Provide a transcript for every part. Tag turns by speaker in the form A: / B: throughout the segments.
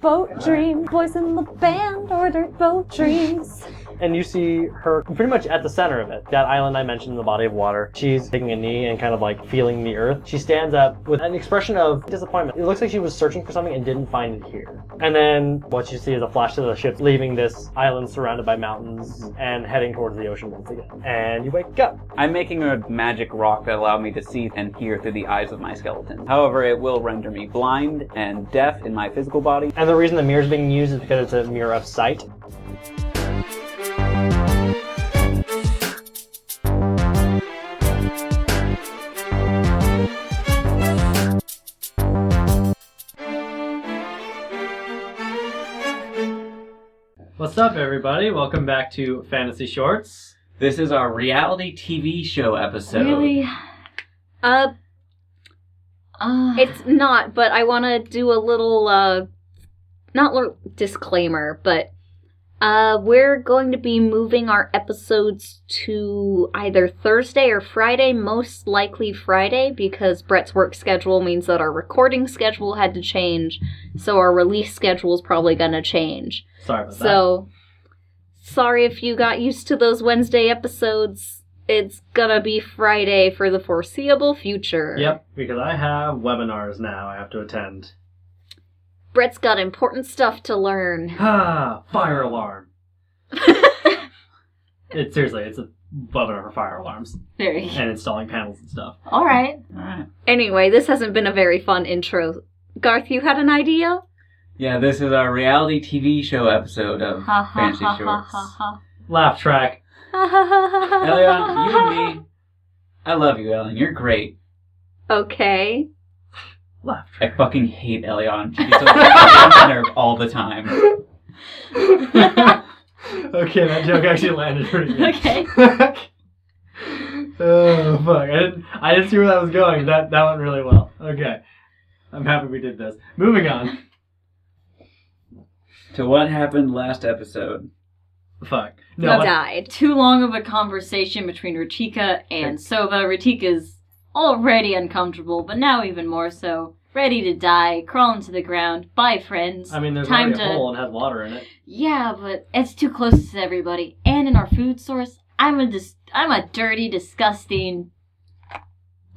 A: boat dream, boys in the band ordered boat dreams.
B: and you see her pretty much at the center of it. That island I mentioned in the body of water. She's taking a knee and kind of like feeling the earth. She stands up with an expression of disappointment. It looks like she was searching for something and didn't find it here. And then what you see is a flash of the ship leaving this island surrounded by mountains and heading towards the ocean once again. And you wake up.
C: I'm making a magic rock that allow me to see and hear through the eyes of my skeleton. However, it will render me blind and deaf in my physical body.
B: And the reason the mirror is being used is because it's a mirror of sight. What's up, everybody? Welcome back to Fantasy Shorts.
C: This is our reality TV show episode.
D: Really?
A: Uh,
D: Uh,
A: it's not, but I want to do a little, uh, not l- disclaimer, but uh, we're going to be moving our episodes to either Thursday or Friday, most likely Friday, because Brett's work schedule means that our recording schedule had to change, so our release schedule is probably going to change.
B: Sorry about that.
A: So, sorry if you got used to those Wednesday episodes. It's gonna be Friday for the foreseeable future.
B: Yep, because I have webinars now I have to attend.
A: Brett's got important stuff to learn.
B: Ah, fire alarm. It seriously, it's a webinar for fire alarms
A: Very.
B: and installing panels and stuff.
D: all right.
C: Alright.
A: Anyway, this hasn't been a very fun intro. Garth, you had an idea?
C: Yeah, this is our reality TV show episode of
D: Ha ha
C: Fantasy
D: ha ha
C: Shorts.
D: ha ha.
B: Laugh track.
C: Elion, you and me. I love you, Elion. You're great.
A: Okay.
B: Laugh track.
C: I fucking hate Elion. She gets on my nerve all the time.
B: okay, that joke actually landed pretty good.
D: Okay.
B: oh fuck! I didn't. I didn't see where that was going. That that went really well. Okay, I'm happy we did this. Moving on.
C: to what happened last episode.
B: Fuck.
A: I
B: No.
A: died.
D: Too long of a conversation between Ratika and Sova. Ratika's already uncomfortable, but now even more so. Ready to die, crawl into the ground. Bye, friends.
B: I mean, there's
D: Time
B: already a
D: to-
B: hole and has water in it.
D: Yeah, but it's too close to everybody, and in our food source, I'm a dis- I'm a dirty, disgusting. Oh.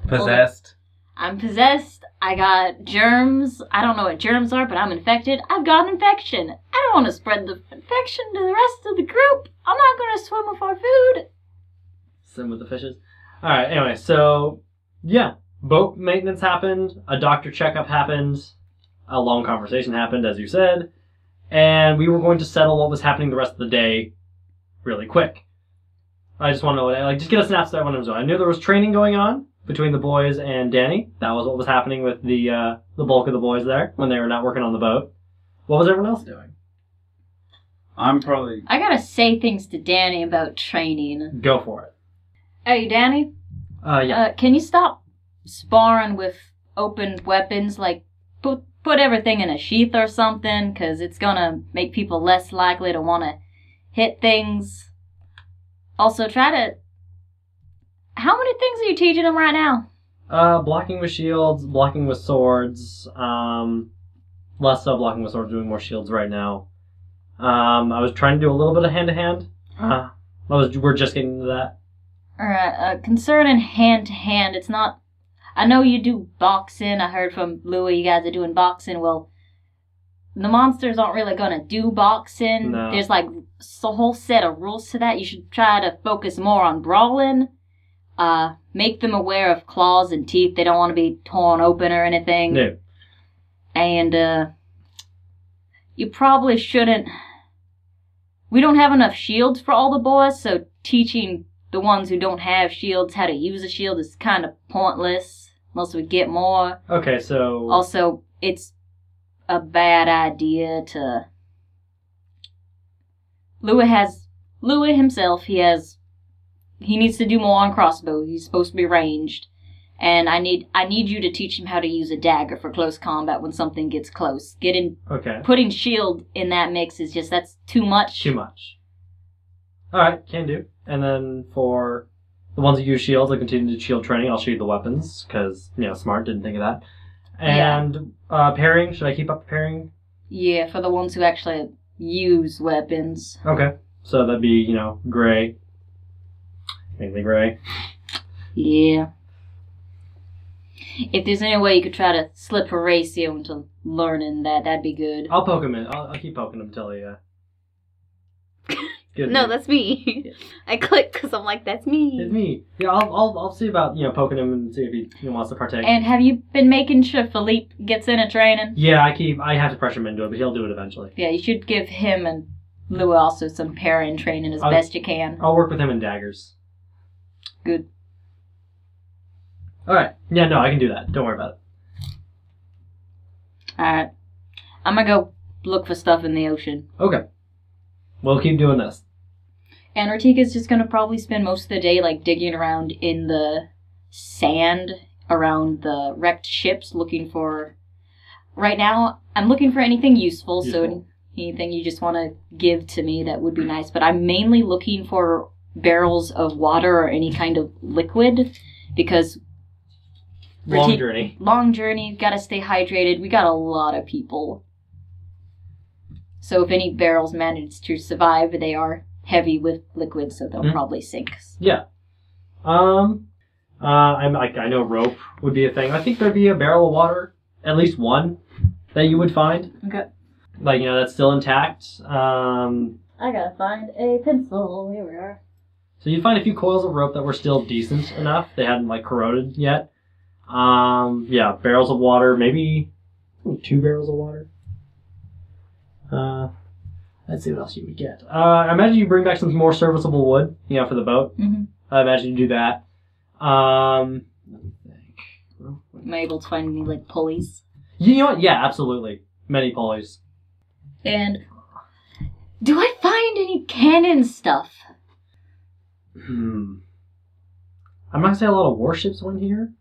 C: Possessed.
D: I'm possessed. I got germs. I don't know what germs are, but I'm infected. I've got an infection. I don't want to spread the infection to the rest of the group. I'm not going to swim with our food.
B: Swim with the fishes. All right. Anyway, so yeah, boat maintenance happened. A doctor checkup happened. A long conversation happened, as you said, and we were going to settle what was happening the rest of the day, really quick. I just want to know what like just get a snapshot of what I'm doing. I knew there was training going on between the boys and Danny. That was what was happening with the uh, the bulk of the boys there when they were not working on the boat. What was everyone else doing?
C: I'm probably
D: I gotta say things to Danny about training.
B: Go for it.
D: Hey, Danny.
B: Uh, yeah.
D: Uh, can you stop sparring with open weapons? Like, put put everything in a sheath or something, because it's gonna make people less likely to want to hit things. Also, try to. How many things are you teaching them right now?
B: Uh, blocking with shields, blocking with swords. Um, less so blocking with swords, doing more shields right now. Um, I was trying to do a little bit of hand to hand.
D: Uh-huh.
B: Uh, I was we're just getting into that.
D: Or uh, uh, concerning hand to hand, it's not. I know you do boxing. I heard from Louis you guys are doing boxing. Well, the monsters aren't really gonna do boxing.
B: No.
D: There's like s- a whole set of rules to that. You should try to focus more on brawling. Uh, make them aware of claws and teeth. They don't want to be torn open or anything.
B: No.
D: And uh, you probably shouldn't. We don't have enough shields for all the boys, so teaching the ones who don't have shields how to use a shield is kind of pointless unless we get more.
B: Okay, so
D: Also, it's a bad idea to. Louis has Louis himself. He has he needs to do more on crossbow. He's supposed to be ranged, and I need I need you to teach him how to use a dagger for close combat when something gets close. Getting
B: okay,
D: putting shield in that mix is just that's too much.
B: too much. All right, can do. And then for the ones that use shields, I continue to shield training. I'll show you the weapons because you know smart didn't think of that.
D: Yeah.
B: And uh, pairing, should I keep up pairing?
D: Yeah, for the ones who actually use weapons.
B: Okay. So that'd be, you know, gray. Mainly gray.
D: Yeah. If there's any way you could try to slip Horatio into learning that, that'd be good.
B: I'll poke him in. I'll, I'll keep poking him until he, uh. gives
A: No,
B: me-
A: that's me. I click because I'm like, that's me.
B: It's me. Yeah, I'll, I'll, I'll see about, you know, poking him and see if he, he wants to partake.
D: And have you been making sure Philippe gets into training?
B: yeah, I keep. I have to pressure him into it, but he'll do it eventually.
D: Yeah, you should give him and Lou also some parent training as
B: I'll-
D: best you can.
B: I'll work with him in daggers.
D: Good.
B: Alright. Yeah, no, I can do that. Don't worry about it.
D: Alright. I'm gonna go look for stuff in the ocean.
B: Okay. We'll keep doing this.
D: And Ortega's just gonna probably spend most of the day like digging around in the sand around the wrecked ships looking for. Right now, I'm looking for anything useful, so
B: Useful.
D: anything you just want to give to me that would be nice. But I'm mainly looking for barrels of water or any kind of liquid because
B: Long
D: Routine.
B: journey.
D: long journey, gotta stay hydrated. We got a lot of people. So if any barrels manage to survive, they are heavy with liquid, so they'll
B: Mhm.
D: probably sink.
B: Yeah. Um. Uh, I'm I, I know rope would be a thing. I think there'd be a barrel of water, at least one, that you would find.
D: Okay.
B: Like you know that's still intact. Um.
D: I gotta find a pencil. Here we are.
B: So you'd find a few coils of rope that were still decent enough. They hadn't like corroded yet. Um. Yeah. Barrels of water. Maybe ooh, two barrels of water. Uh. Let's see what else you would get. Uh, I imagine you bring back some more serviceable wood, you know, for the boat.
D: Mm-hmm.
B: I imagine you do that. Um, let me think.
D: Am I able to find any like pulleys?
B: You know what? Yeah, absolutely. Many pulleys.
D: And do I find any cannon stuff?
B: Hmm. I'm not gonna say a lot of warships went here.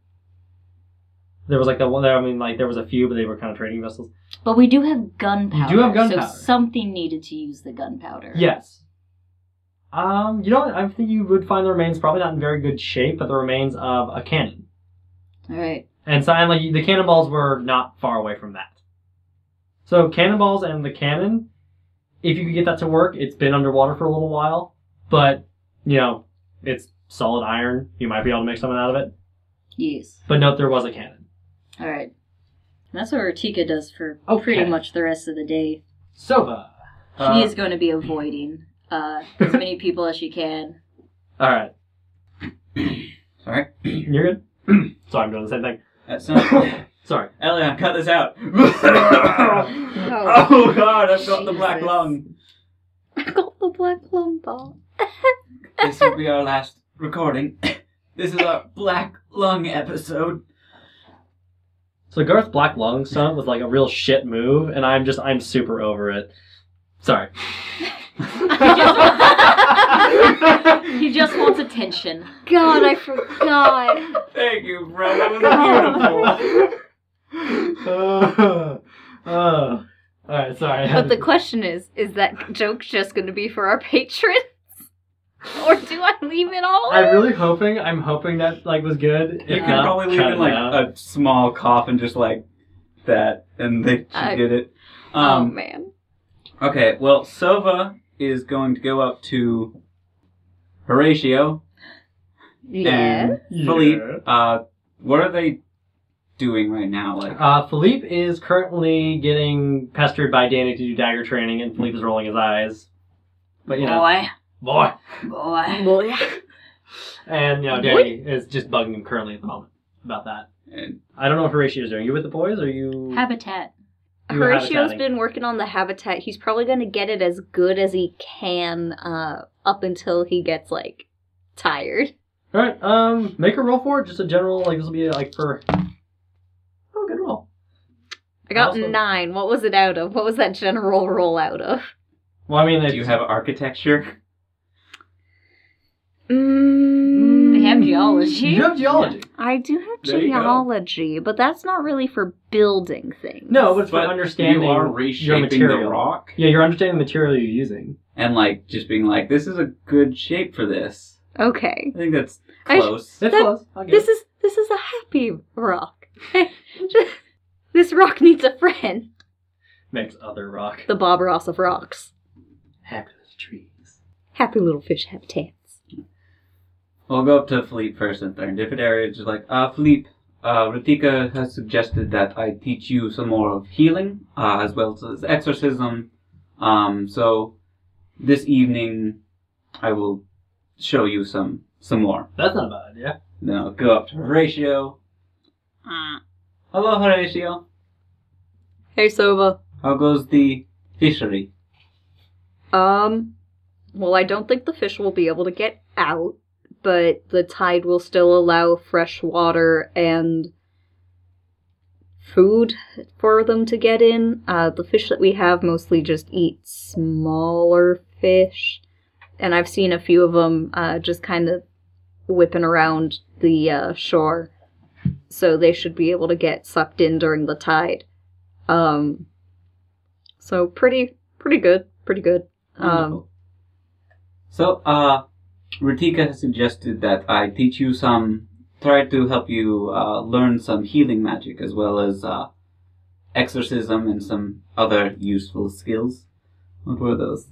B: There was like that one. I mean, like there was a few, but they were kind of trading vessels.
D: But we do have gunpowder.
B: gunpowder.
D: So something needed to use the gunpowder.
B: Yes. Um, you know what? I think you would find the remains probably not in very good shape, but the remains of a cannon.
D: All right.
B: And so, and like the cannonballs were not far away from that. So cannonballs and the cannon, if you could get that to work, it's been underwater for a little while, but you know, it's solid iron. You might be able to make something out of it.
D: Yes.
B: But note there was a cannon.
D: All right. That's what Ortika does for
B: Okay.
D: Oh, pretty much the rest of the day.
B: Sova.
D: She
B: Uh,
D: is going to be avoiding uh, as many people as she can.
B: All right,
E: Sorry.
B: you're good. Sorry, I'm doing the same thing.
E: That's not.
B: Sorry.
E: Elliot, cut this out. oh. God, I've got the black
D: Jesus.
E: lung.
A: I got the black lung ball.
E: This will be our last recording. This is our black lung episode.
B: So Garth Black Lung stunt was like a real shit move, and I'm just I'm super over it. Sorry.
D: He just wants attention.
A: God, I forgot.
E: Thank you, bro. That was beautiful.
B: Uh, uh, all right, sorry. I had
A: But the
B: to-
A: question is, is that joke just going to be for our patrons? Or do I leave it all?
B: I'm really hoping. I'm hoping that like was good.
E: you
B: If
E: can
B: not,
E: probably leave
B: cut
E: in like
B: it out.
E: a small cough and just like that, and they she
A: I-
E: did it.
A: oh
E: Um,
A: man.
E: okay, well, Sova is going to go up to Horatio
A: Yeah.
E: and Philippe. Uh, what are they doing right now? Like,
B: Uh, Philippe is currently getting pestered by Danny to do dagger training, and Philippe is rolling his eyes. But you know,
D: Boy,
B: boy,
D: boy.
A: Well, yeah.
B: and you know, Danny is just bugging him currently at the moment about that.
E: and-
B: I don't know what Horatio's doing. You with the boys? Or you?
D: Habitat.
B: You were
A: Horatio's
B: habitatting.
A: been working on the habitat. He's probably going to get it as good as he can uh, up until he gets like tired.
B: All right. Um, make a roll for it. Just a general like this will be like for. Oh, good roll.
A: I got
B: Awesome.
A: nine. What was it out of? What was that general roll out of?
B: Well, I mean,
E: do
B: it's-
E: you have architecture?
A: Mm,
D: They have geology.
B: you have geology.
A: I do have
E: There you go.
A: geology, but that's not really for building things.
B: No, but it's
E: But
B: for understanding
E: you are
B: your
E: reshaping
B: material.
E: the rock
B: Yeah, you're understanding the material you're using.
E: and like just being like, this is a good shape for this.
A: Okay.
E: I think that's
A: I sh-
E: close.
B: That's
A: That-
B: close. I'll give
A: This
B: it.
A: is this is a happy rock. this rock needs a friend.
B: makes other rock.
A: The Bob Ross of rocks.
B: Happy little trees.
A: Happy little fish have tans.
E: We'll go up to Philippe first and third. If it area is just like, uh, Philippe, uh, Ratika has suggested that I teach you some more of healing, uh, as well as exorcism. Um, so this evening I will show you some, some more.
B: That's not a bad idea.
E: Then I'll go up to Horatio.
A: Uh.
E: Hello, Horatio.
A: Hey, Sova.
E: How goes the fishery?
A: Um, well, I don't think the fish will be able to get out, but the tide will still allow fresh water and food for them to get in. Uh, the fish that we have mostly just eat smaller fish, and I've seen a few of them uh, just kind of whipping around the uh, shore, so they should be able to get sucked in during the tide. Um, so pretty, pretty good, pretty good. Um,
E: Wonderful. so, uh, Ritika has suggested that I teach you some, try to help you uh, learn some healing magic as well as uh, exorcism and some other useful skills. What were those?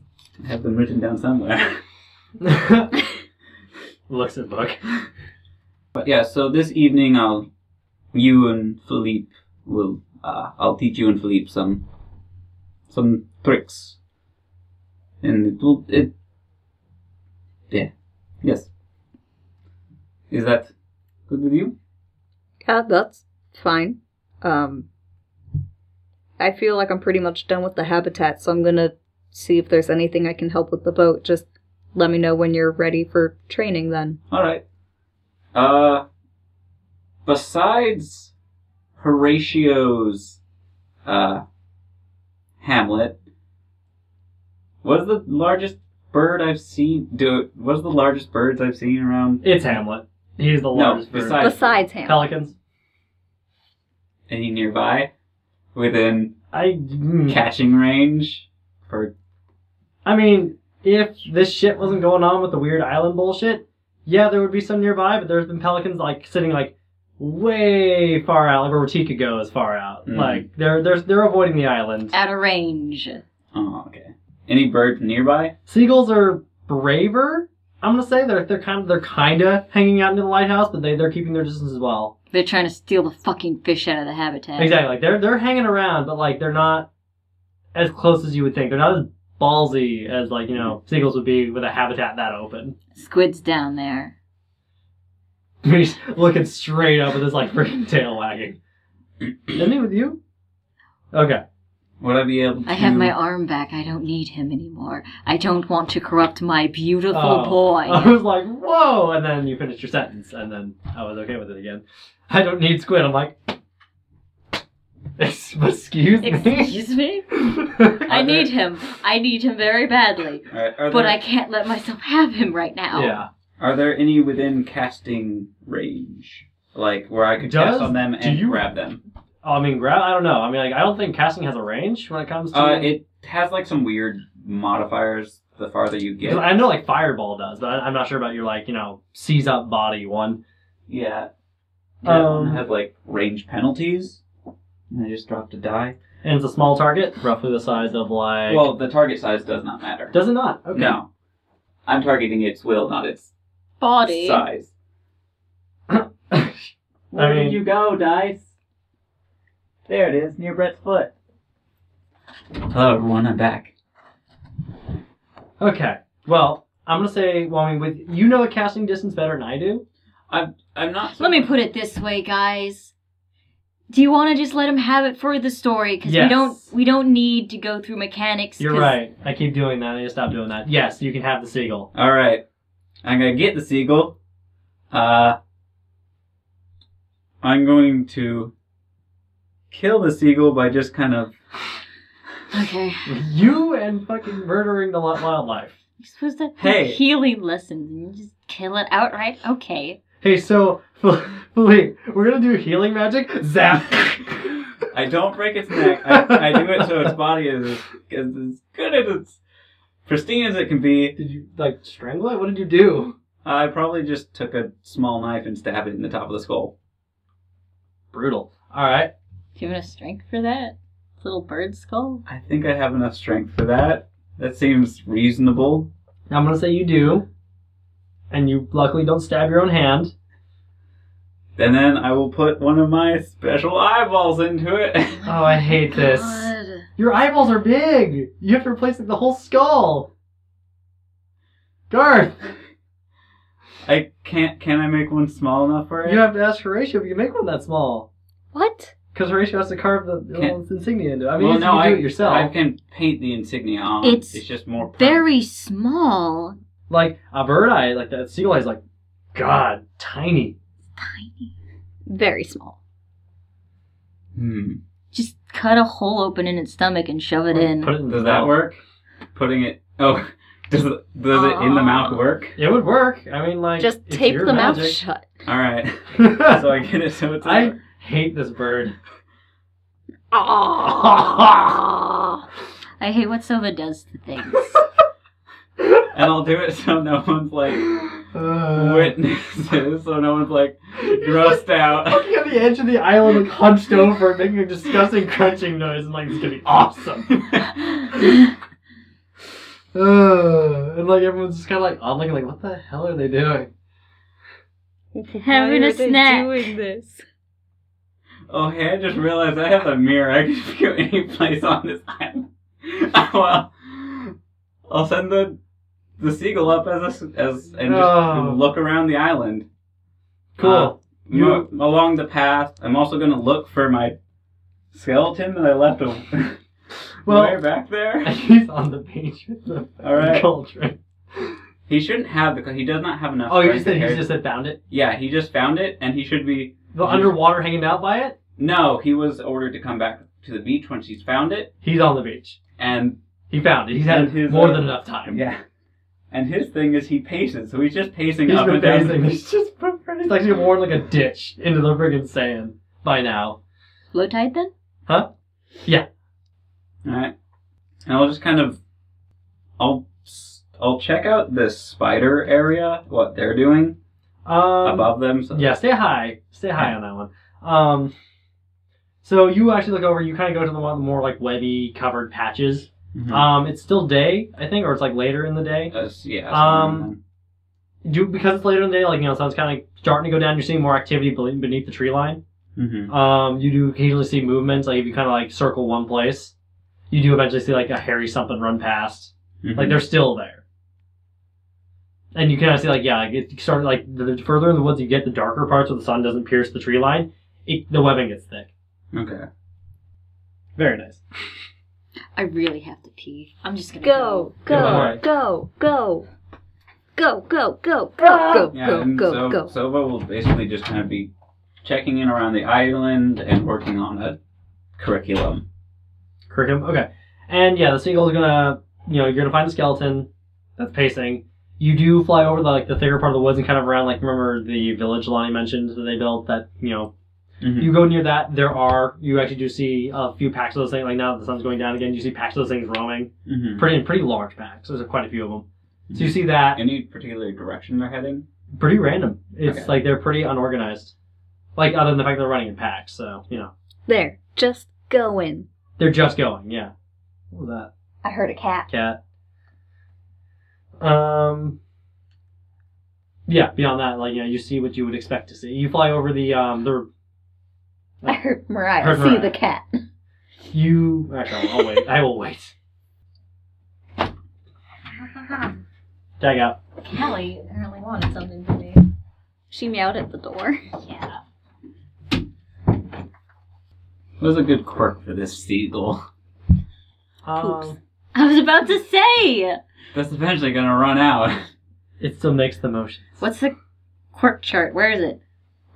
E: I have them written down somewhere.
B: Looks at book.
E: but yeah, so this evening I'll, you and Philippe will, uh, I'll teach you and Philippe some, some tricks. And it will, it, yeah, yes. Is that good with you?
A: Yeah, that's fine. Um, I feel like I'm pretty much done with the habitat, so I'm gonna see if there's anything I can help with the boat. Just let me know when you're ready for training then.
E: All right. Uh, besides Horatio's uh, Hamlet, what's the largest bird I've seen? Do what's the largest birds I've seen around?
B: It's Hamlet. He's the largest bird.
E: besides- I-
A: Besides him.
B: pelicans.
E: Any nearby, within
B: I. mm.
E: catching range? For
B: I mean, if this shit wasn't going on with the weird island bullshit, yeah, there would be some nearby, but there's been pelicans like sitting like way far out, like where Tika goes far out.
E: Mhm.
B: Like they're they're they're avoiding the island.
D: Out of range.
E: oh, okay. Any birds nearby?
B: Seagulls are braver. I'm gonna say they're they're kind of they're kinda hanging out near the lighthouse, but they they're keeping their distance as well.
D: They're trying to steal the fucking fish out of the habitat.
B: Exactly. Like they're they're hanging around, but like they're not as close as you would think. They're not as ballsy as like you know seagulls would be with a habitat that open.
D: Squid's down there.
B: He's looking straight up with his like freaking tail wagging. Isn't he with you? Okay.
E: Would I be able to?
D: I have my
B: Mm.
D: arm back. I don't need him anymore. I don't want to corrupt my beautiful
B: Oh.
D: boy.
B: I was like, whoa, and then you finished your sentence, and then I was okay with it again. I don't need squid. I'm like, excuse me.
D: Excuse me? I need him. I need him very badly.
E: All right, are
D: But
E: there-
D: I can't let myself have him right now.
B: yeah.
E: Are there any within casting range? Like where I could
B: Does-
E: cast on them
B: do
E: and
B: you-
E: grab them?
B: I mean, grab. I don't know. I mean, like, I don't think casting has a range when it comes to.
E: Uh, it has like some weird modifiers the farther you
B: 'Cause
E: get.
B: I know like fireball does, but I, I'm not sure about your like you know seize up body one.
E: Yeah.
B: Um,
E: Yeah, it has like range penalties. And I just dropped a die.
B: And it's a small target, roughly the size of like.
E: Well, the target size does not matter.
B: does it not? Okay.
E: No. I'm targeting its will, not its
D: Body.
E: size.
B: Where I did mean- you
E: go, dice? There it is, near Brett's foot. Hello, everyone. I'm back.
B: Okay. Well, I'm gonna say, well, I mean, with you know the casting distance better than I do.
E: I'm not.
D: Let me put it this way, guys. Do you want to just let him have it for the story? Because
B: Yes.
D: we don't we don't need to go through mechanics.
B: You're
D: 'cause
B: right. I keep doing that. I need to stop doing that. Yes, you can have the seagull.
E: All right, I'm gonna get the seagull. Uh, I'm going to kill the seagull by just kind of.
D: Okay.
B: You and fucking murdering the lot- wildlife.
D: You're supposed to have
E: Hey.
D: healing lessons and you just kill it outright. Okay.
B: Hey, so Philippe, we're gonna do healing magic. Zap.
E: I don't break its neck. I, I do it so its body is as, is as good as it's pristine as it can be.
B: did you like strangle it? What did you do?
E: I probably just took a small knife and stabbed it in the top of the skull.
B: Brutal. All right.
D: Giving us strength for that. Little bird skull?
E: I think I have enough strength for that. That seems reasonable.
B: I'm gonna say you do, and you luckily don't stab your own hand.
E: And then I will put one of my special eyeballs into it.
B: Oh, I hate this.
D: God.
B: Your eyeballs are big. You have to replace the whole skull. Garth,
E: I can't. Can I make one small enough for it?
B: you have to ask Horatio if you can make one that small.
A: What?
B: Because Horatio has to carve the the
E: Can't-
B: little insignia into it. I mean,
E: well,
B: you
E: no,
B: can
E: I
B: do it yourself.
E: I can paint the insignia on.
A: It's
E: just more perm-
A: Very small.
B: Like a bird eye, like that seagull eye is like, God, tiny.
A: Tiny. Very small.
E: Hmm.
D: Just cut a hole open in its stomach and shove it in.
B: Put it in the
E: Does that
B: mouth.
E: work? Putting it. Oh, does it, does it
A: Ah.
E: in the mouth work?
B: It would work. I mean, like
A: Just
B: it's
A: tape
B: your
A: the mouth
B: magic.
A: shut.
E: All right. So I get it. So it's.
B: I hate this bird.
A: Ah.
D: I hate what Sova does to things.
E: and I'll do it so no one's like
B: Uh.
E: witnesses, so no one's like grossed out.
B: Looking at the edge of the island, like hunched over, making a disgusting crunching noise, and like it's gonna be awesome. Uh, and like everyone's just kind of like odd looking, like what the hell are they doing?
D: Having
A: Why
D: a
A: are they
D: snack.
A: doing this?
E: oh hey, I just realized I have a mirror. I can just go any place on this island. Oh, well, I'll send the the seagull up as a, as and just
B: Oh.
E: look around the island.
B: Cool.
E: Uh, mo- along the path. I'm also gonna look for my skeleton that I left a-
B: Well-
E: way back there.
B: He's on the beach with the
E: All right.
B: cauldron.
E: He shouldn't have because he does not have enough.
B: Oh, you
E: strength
B: just said
E: to
B: he
E: carry-
B: just said found it.
E: Yeah, he just found it, and he should be
B: The underwater hanging out by it.
E: No, he was ordered to come back to the beach when she's found it,
B: He's on the beach.
E: and
B: He found it. He's
E: And
B: had
E: his,
B: more
E: uh,
B: than enough time.
E: yeah, and his thing is he paces, so he's just pacing
B: He's
E: up
B: been
E: and down.
B: pacing. He's just been pacing. He's like he's worn like a ditch into the friggin' sand by now.
D: Low tide then?
B: Huh?
E: All right, and I'll just kind of, I'll, s- I'll check out this spider area, what they're doing
B: Um,
E: above them. So
B: Yeah, stay high. Stay high on that one. Um, so you actually look over. You kind of go to the one more like webby covered patches.
E: Mhm.
B: Um, it's still day, I think, or it's like later in the day.
E: That's- uh, yeah.
B: Um,
E: somewhere in
B: Do because it's later in the day, like you know, sun's kind of starting to go down. You're seeing more activity be- beneath the tree line.
E: there. Mhm.
B: Um, you do occasionally see movements. Like if you kind of like circle one place, you do eventually see like a hairy something run past.
E: Mhm.
B: Like they're still there. And you kind of see like yeah, like it started like the the further in the woods you get, the darker parts where the sun doesn't pierce the tree line, it, the webbing gets thick.
E: okay.
B: Very nice.
D: I really have to pee. I'm just gonna
A: Go, go,
B: Alright.
A: go, go. Go, go, go, go, go,
E: Yeah,
A: go,
E: and
A: go,
E: so
A: go.
E: Sova will basically just kind of be checking in around the island and working on a curriculum.
B: Curriculum. Okay. And yeah, the seagull's gonna you know, you're gonna find the skeleton that's pacing. You do fly over the like the thicker part of the woods and kind of around like remember the village Lonnie mentioned that they built that, you know,
E: Mhm.
B: You go near that, there are you actually do see a few packs of those things. Like now that the sun's going down again, you see packs of those things roaming,
E: Mhm.
B: pretty pretty large packs. There's quite a few of them. So you see that
E: Any particular direction they're heading?
B: pretty random. It's
E: Okay.
B: like they're pretty unorganized. Like other than the fact they're running in packs, so you know
A: There, just go in.
B: they're just going. Yeah. What was
D: I heard a cat.
B: that cat? Um. Yeah. Beyond that, like you know, you see what you would expect to see. You fly over the um the
D: I heard Mariah
B: Heard
D: see
B: Mariah.
D: the cat.
B: you. Actually, I'll, I'll wait. I will wait. Tag out.
D: Kelly apparently wanted something from me.
A: She meowed at the door.
D: Yeah.
E: That was a good quirk for this seagull.
B: Um,
D: I was about to say.
E: That's eventually gonna run out.
B: It still makes the motion.
D: What's the quirk chart? Where is it?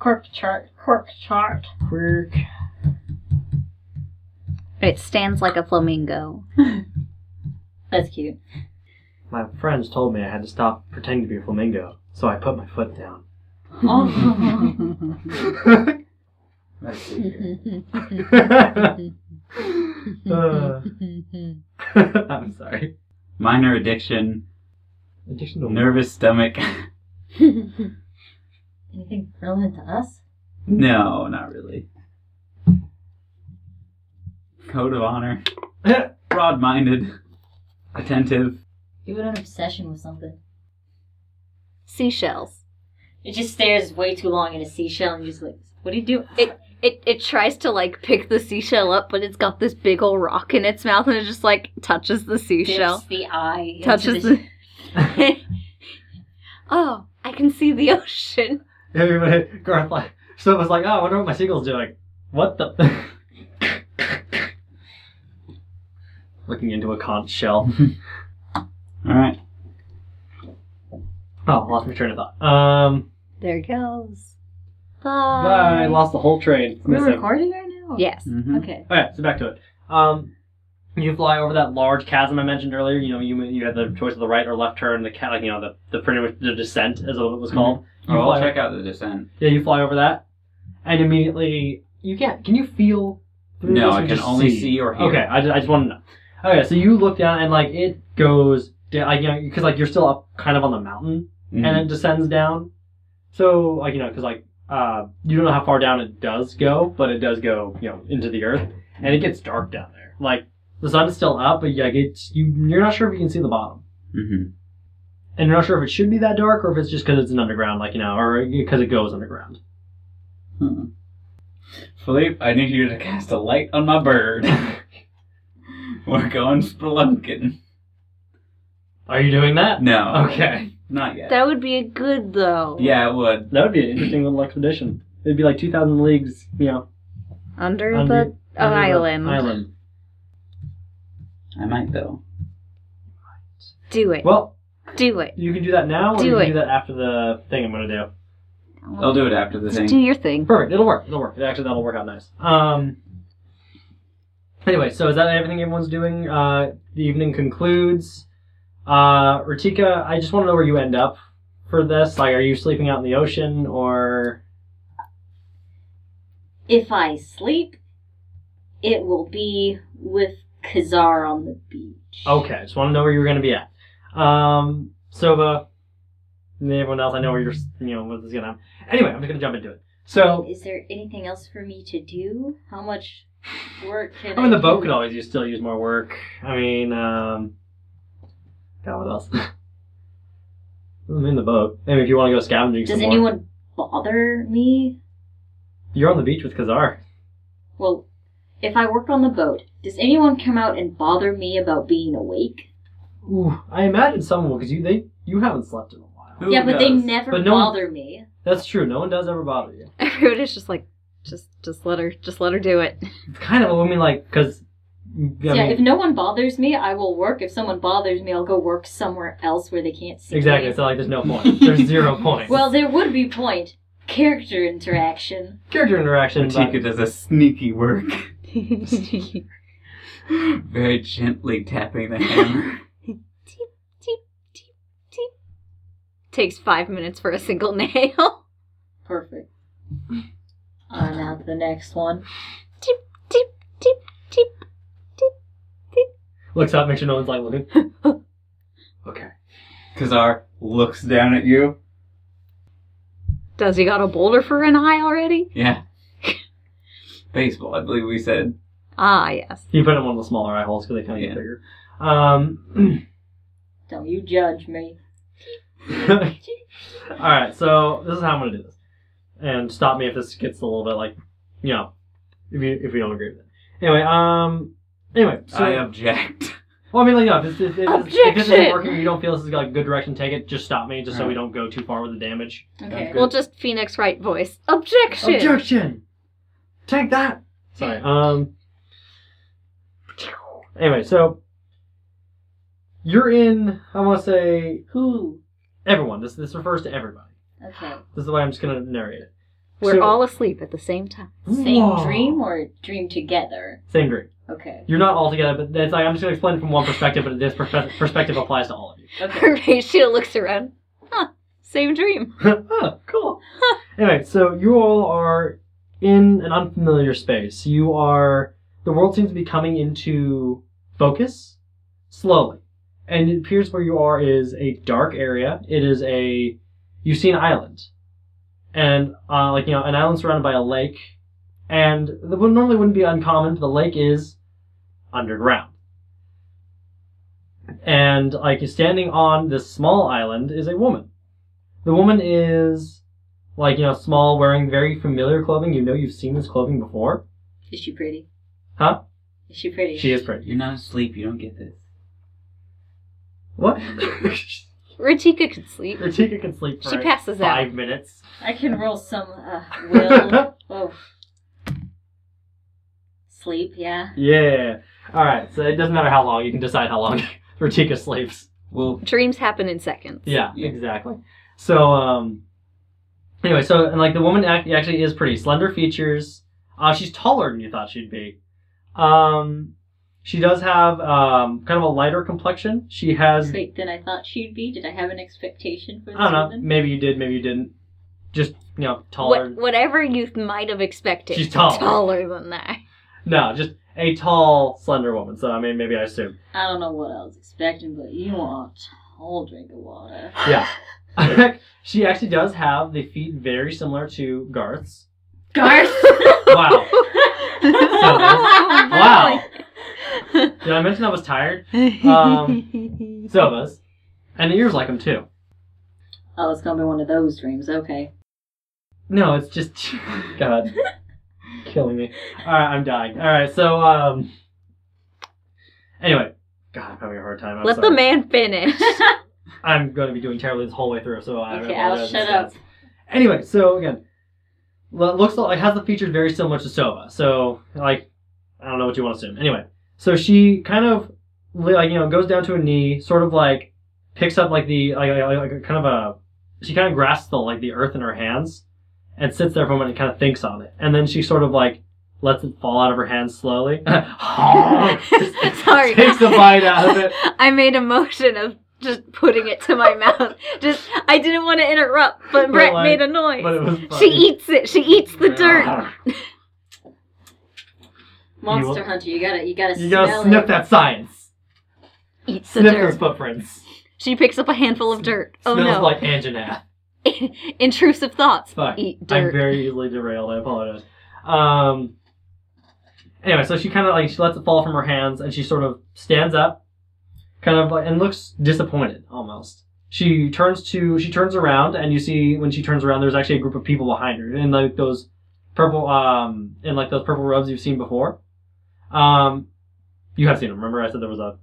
D: Quirk chart. Quirk chart.
B: Quirk.
A: It stands like a flamingo.
D: That's cute.
B: My friends told me I had to stop pretending to be a flamingo, so I put my foot down.
D: Oh.
E: Let's see
A: Mm-hmm.
E: here.
B: Uh, I'm sorry.
E: Minor addiction,
B: Addiction to
E: nervous stomach.
D: Anything relevant to us?
E: no, not really. Code of honor. Broad minded. Attentive.
D: You had an obsession with something.
A: Seashells.
D: It just stares way too long at a seashell and you're just like, what do you do?
A: It it tries to like pick the seashell up, but it's got this big old rock in its mouth, and it just like touches the
D: Dips
A: seashell.
D: the eye. into
A: touches
D: the-
A: the. oh, I can see the ocean.
B: Everybody, Garth like, so was like, oh, I wonder what my seagull's doing. What the? Looking into a conch shell.
E: Alright.
B: Oh, lost my train of thought. Um,
A: There it goes.
B: bye. Lost the whole train.
D: Um, We're
B: Missing.
D: recording right now?
A: Ah. Yes.
E: Mm-hmm.
D: Okay.
B: All right, so back to it. Um, you fly over that large chasm I mentioned earlier. You know, you you had the choice of the right or left turn. The cat, you know, the the pretty much the descent is what it was called. You
E: Oh,
B: fly
E: I'll check out the descent.
B: Yeah, you fly over that, and immediately you can't. Can you feel? through
E: No,
B: this or
E: I can
B: just
E: only see, or hear.
B: Okay, I just, I just want to know. Okay, so you look down and like it goes down, like, you know, because like you're still up kind of on the mountain, and
E: Mhm.
B: it descends down. So like you know, because like uh, you don't know how far down it does go, but it does go you know into the earth, and it gets dark down there. Like the sun's still up, but like it's you you're not sure if you can see the bottom.
E: Mhm.
B: And you're not sure if it should be that dark or if it's just because it's an underground, like you know, or because it goes underground.
E: Hmm. Philippe, I need you to cast a light on my bird. We're going spelunking.
B: Are you doing that?
E: No.
B: Okay.
E: Not yet.
A: That would be a good though.
E: Yeah, it would.
B: That would be an interesting little expedition. It'd be like 2,000 leagues, you know.
A: Under,
B: under-
A: the an
B: under the
A: island.
B: Island.
E: I might though.
A: Do it.
B: Well,
A: do it.
B: you can do that now, or
A: Do
B: you can
A: it.
B: do that after the thing I'm going to do.
E: I'll do it after the
A: Just do
E: thing.
A: your thing.
B: Perfect. It'll work. It'll work. Actually, that'll work out nice. Um. Anyway, so is that everything everyone's doing? Uh, the evening concludes. Uh, Ratika, I just want to know where you end up for this. Like, are you sleeping out in the ocean, or
D: If I sleep, it will be with Kazar on the beach.
B: Okay, just want to know where you were going to be at. Um, Sova, and everyone else, I know where you're, you know, what's going on. Anyway, I'm just going to jump into it. So,
D: Is there anything else for me to do? How much work can
B: I mean, the boat
D: do?
B: could always use, still use more work. I mean, um, God, what else? I'm in the boat. I mean, if you want to go scavenging
D: Does
B: some more.
D: anyone bother me?
B: You're on the beach with Kazar.
D: Well, if I work on the boat, does anyone come out and bother me about being awake?
B: Ooh, I imagine someone will, because you, they, you haven't slept in a while.
E: Who
D: yeah, but they
E: knows?
D: never
B: But no one-
D: bother me.
B: That's true. No one does ever bother you.
A: Everyone is just like, just, just let her, just let her do it.
B: It's kind of, I mean, like, because,
D: Yeah,
B: I mean,
D: if no one bothers me, I will work. If someone bothers me, I'll go work somewhere else where they can't see
B: exactly.
D: me.
B: So, like, there's no point. There's zero point.
D: Well, there would be point. Character interaction.
B: character interaction. but-
E: Tika does a sneaky work, very gently tapping the hammer.
A: Takes five minutes for a single nail.
D: Perfect. On out to the next one.
A: Tip, tip, tip.
B: looks up, makes sure no one's like looking. okay.
E: Kazar looks down at you.
A: Does he got a boulder for an eye already?
E: Yeah. Baseball, I believe we said.
A: Ah, yes.
B: You put it in one of the smaller eye holes because they kind of
E: Yeah.
B: get bigger. Um,
D: Don't you judge me.
B: all right, so this is how I'm gonna do this, and stop me if this gets a little bit like, you know, if you if you don't agree with it. Anyway, um, anyway, so
E: I object.
B: well, I mean, like, no, if, this, if, this- if this isn't
A: Objection!
B: working, you don't feel this is like a good direction, to take it. Just stop me, just so we don't
E: Alright.
B: go too far with the damage.
D: Okay.
E: Good.
A: Well, just Phoenix Wright voice. Objection.
B: Objection! Take that! Sorry. Um. Anyway, so you're in. I want to say
D: Who?
B: everyone. This this refers to everybody.
D: Okay.
B: This is the way I'm just gonna narrate it.
A: We're
B: So-
A: all asleep at the same time.
D: Same
B: Whoa.
D: dream or dream together?
B: Same dream.
D: Okay.
B: You're not all together, but that's like I'm just gonna explain it from one perspective, but this perspe- perspective applies to all of you.
D: Okay.
A: Horatio looks around. Huh. Same dream.
B: oh, cool. anyway, so you all are in an unfamiliar space. You are. The world seems to be coming into focus slowly. And it appears where you are is a dark area. It is a. You see an island. And, uh, like, you know, an island surrounded by a lake. And that would normally wouldn't be uncommon, but the lake is underground. And like standing on this small island is a woman. The woman is like, you know, small, wearing very familiar clothing. You know you've seen this clothing before.
D: Is she pretty?
B: Huh?
D: Is she pretty?
B: She is pretty.
E: You're not asleep. You don't get this.
B: What?
A: Ritika could sleep.
B: Ratika can sleep for
A: She
B: like,
A: passes out.
B: five minutes.
D: I can roll some uh, will. oh. Sleep, yeah.
B: Yeah. All right. So it doesn't matter how long. You can decide how long Ratika sleeps.
E: Well,
A: Dreams happen in seconds.
B: Yeah,
E: Yeah.
B: exactly. So, um, anyway, so and like the woman act- actually is pretty slender features. Uh, she's taller than you thought she'd be. Um, she does have um, kind of a lighter complexion. She has
D: Sweet than I thought she'd be. Did I have an expectation for this
B: I don't know.
D: woman?
B: Maybe you did. Maybe you didn't. Just you know, taller.
A: What, whatever you might have expected.
B: She's tall.
A: Taller than that.
B: No, just a tall, slender woman. So I mean, maybe I assume.
D: I don't know what I was expecting, but you are a tall drink of water.
B: Yeah. she actually does have the feet very similar to Garth's.
D: Garth!
B: Wow.
A: Oh,
B: wow. Did I mention I was tired? Um, So was. And the ears like him too.
D: Oh, it's gonna be one of those dreams. Okay.
B: No, it's just God. Killing me. Alright, I'm dying. Alright, so um anyway. God, I'm having a hard time. I'm
A: Let
B: sorry.
A: the man finish.
B: I'm going to be doing terribly this whole way through, so I
D: Okay,
B: apologize
D: I'll
B: in
D: shut
B: advance. Anyway, so again, lo- looks like has the features very similar to Sova. So like, I don't know what you want to assume. Anyway, so she kind of li- like you know goes down to a knee, sort of like picks up like the like, like, like kind of a she kind of grasps the like the earth in her hands and sits there for a moment and kind of thinks on it, and then she sort of like lets it fall out of her hands slowly.
A: Sorry.
B: takes a bite out of it.
A: I made a motion of just putting it to my mouth. Just I didn't want to interrupt, but
B: But,
A: Brett
B: like,
A: made a noise.
B: But it was
A: she
B: funny.
A: eats it. She eats the dirt.
D: Monster
B: You-
D: Hunter, you gotta, you gotta
B: You
D: smell
B: gotta sniff
D: it.
B: that science.
A: Eats the
B: Sniff those
A: dirt.
B: footprints.
A: She picks up a handful of dirt. Oh
B: Smells
A: no.
B: like Anjanath.
A: Intrusive thoughts.
B: Fuck.
A: Eat
B: I'm
A: dirt.
B: very easily derailed. I apologize. Um. Anyway, so she kind of like she lets it fall from her hands, and she sort of stands up, kind of like, and looks disappointed almost. She turns to she turns around, and you see when she turns around, there's actually a group of people behind her in like those purple um in like those purple robes you've seen before. Um, you have seen them. Remember, I said there was a.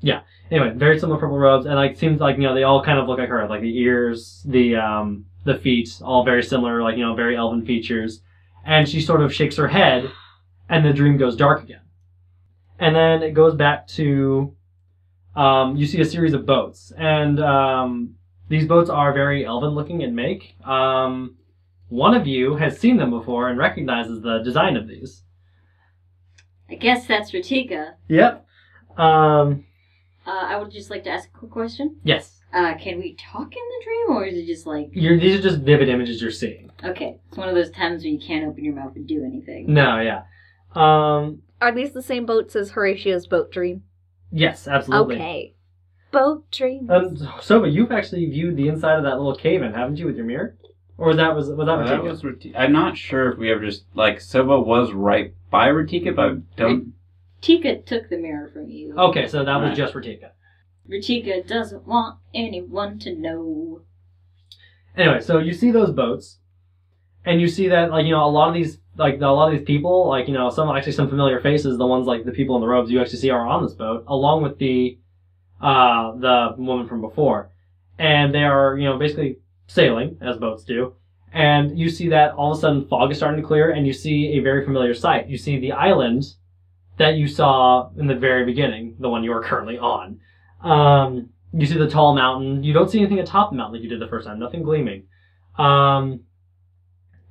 B: Yeah. Anyway, very similar purple robes, and like seems like you know they all kind of look like her, like the ears, the um, the feet, all very similar, like you know very elven features. And she sort of shakes her head, and the dream goes dark again. And then it goes back to, um, you see a series of boats, and um, these boats are very elven looking in make. Um, one of you has seen them before and recognizes the design of these.
D: I guess that's Ratika.
B: Yep. Um,
D: Uh, I would just like to ask a quick question.
B: yes.
D: Uh, can we talk in the dream, or is it just like
B: You're, these are just vivid images you're seeing.
D: okay? It's one of those times where you can't open your mouth and do anything.
B: No, yeah. Um,
A: Are these the same boats as Horatio's boat dream?
B: yes, absolutely.
A: Okay. Boat dream.
B: Um, Sova, you've actually viewed the inside of that little cave in, haven't you, with your mirror? Or was that was was that,
E: Well,
B: Matika?
E: that was Rati- I'm not sure if we ever just like Sova was right by Ratika, but I don't.
D: Tika took the mirror from you.
B: Okay, so that was
E: Right.
B: just Ratika.
D: Ratika doesn't want anyone to know.
B: Anyway, so you see those boats, and you see that like you know a lot of these like a lot of these people like you know some actually some familiar faces. The ones like the people in the robes you actually see are on this boat, along with the uh the woman from before, and they are you know basically sailing as boats do. And you see that all of a sudden fog is starting to clear, and you see a very familiar sight. You see the island that you saw in the very beginning, the one you are currently on. Um, you see the tall mountain. You don't see anything atop the mountain like you did the first time. Nothing gleaming. Um,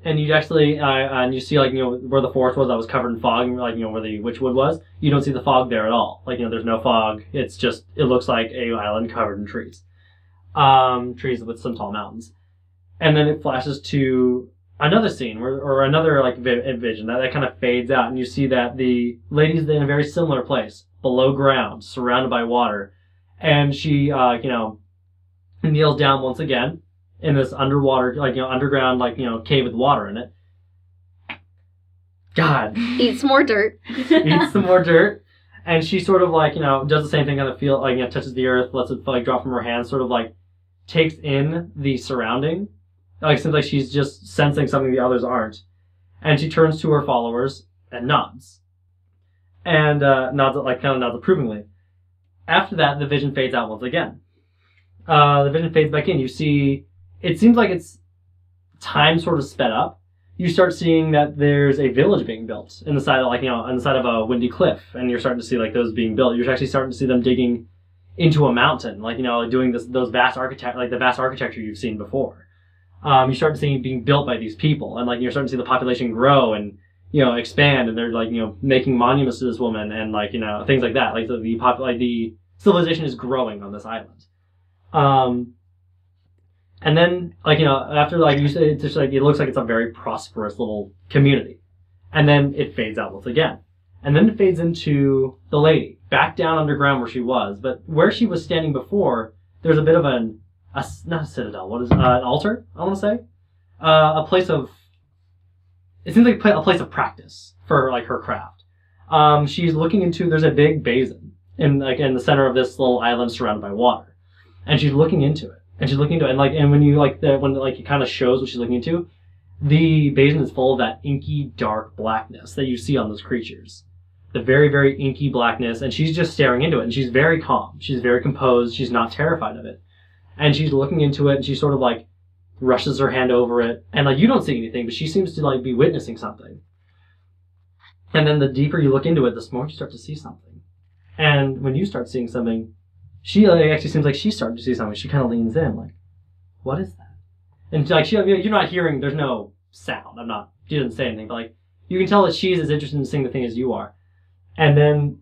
B: and you actually, uh, and you see like you know where the forest was that was covered in fog, and like you know where the witchwood was. You don't see the fog there at all. Like you know, there's no fog. It's just it looks like a island covered in trees, um, trees with some tall mountains. And then it flashes to another scene where, or another like vi- vision that, that kind of fades out, and you see that the lady's in a very similar place, below ground, surrounded by water, and she, uh, you know, kneels down once again in this underwater, like you know, underground, like you know, cave with water in it. God,
A: Eats more dirt.
B: eat some more dirt. and she sort of like you know does the same thing on the field, like you know, touches the earth, lets it like drop from her hand, sort of like takes in the surrounding, like seems like she's just sensing something the others aren't, and she turns to her followers and nods, and uh, nods like kind of nods approvingly. After that, the vision fades out once again. Uh, the vision fades back in. You see, it seems like it's time sort of sped up you start seeing that there's a village being built in the side of like you know on the side of a windy cliff and you're starting to see like those being built you're actually starting to see them digging into a mountain like you know like doing this those vast architect like the vast architecture you've seen before um, you start seeing it being built by these people and like you're starting to see the population grow and you know expand and they're like you know making monuments to this woman and like you know things like that like the, the pop like the civilization is growing on this island um, and then, like you know, after like you say, it's just like it looks like it's a very prosperous little community, and then it fades out once again, and then it fades into the lady back down underground where she was, but where she was standing before, there's a bit of an a s not a citadel, what is uh, an altar? I want to say, uh, a place of. It seems like a pla- a place of practice for like her craft. Um, she's looking into there's a big basin in like in the center of this little island surrounded by water and she's looking into it, and she's looking into it, and like, and when you like the when like it kind of shows what she's looking into, the basin is full of that inky dark blackness that you see on those creatures, the very very inky blackness, and she's just staring into it, and she's very calm, she's very composed, she's not terrified of it, and she's looking into it, and she sort of like rushes her hand over it, and like you don't see anything, but she seems to like be witnessing something, and then the deeper you look into it, the more you start to see something, and when you start seeing something she like, actually seems like she's starting to see something. She kind of leans in, like, "What is that?" And like, she you're not hearing. There's no sound. I'm not. She doesn't say anything, but like, you can tell that she's as interested in seeing the thing as you are. And then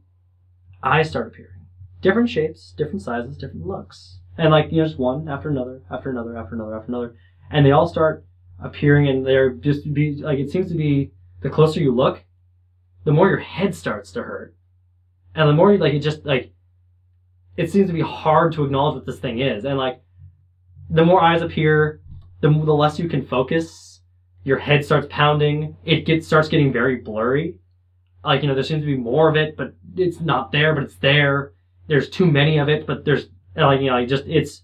B: eyes start appearing, different shapes, different sizes, different looks, and like you know, just one after another, after another, after another, after another, and they all start appearing, and they're just be like it seems to be the closer you look, the more your head starts to hurt, and the more you like it just like it seems to be hard to acknowledge what this thing is. And like, the more eyes appear, the m- the less you can focus. Your head starts pounding. It gets starts getting very blurry. Like you know, there seems to be more of it, but it's not there, but it's there. There's too many of it, but there's and, like you know, like just it's.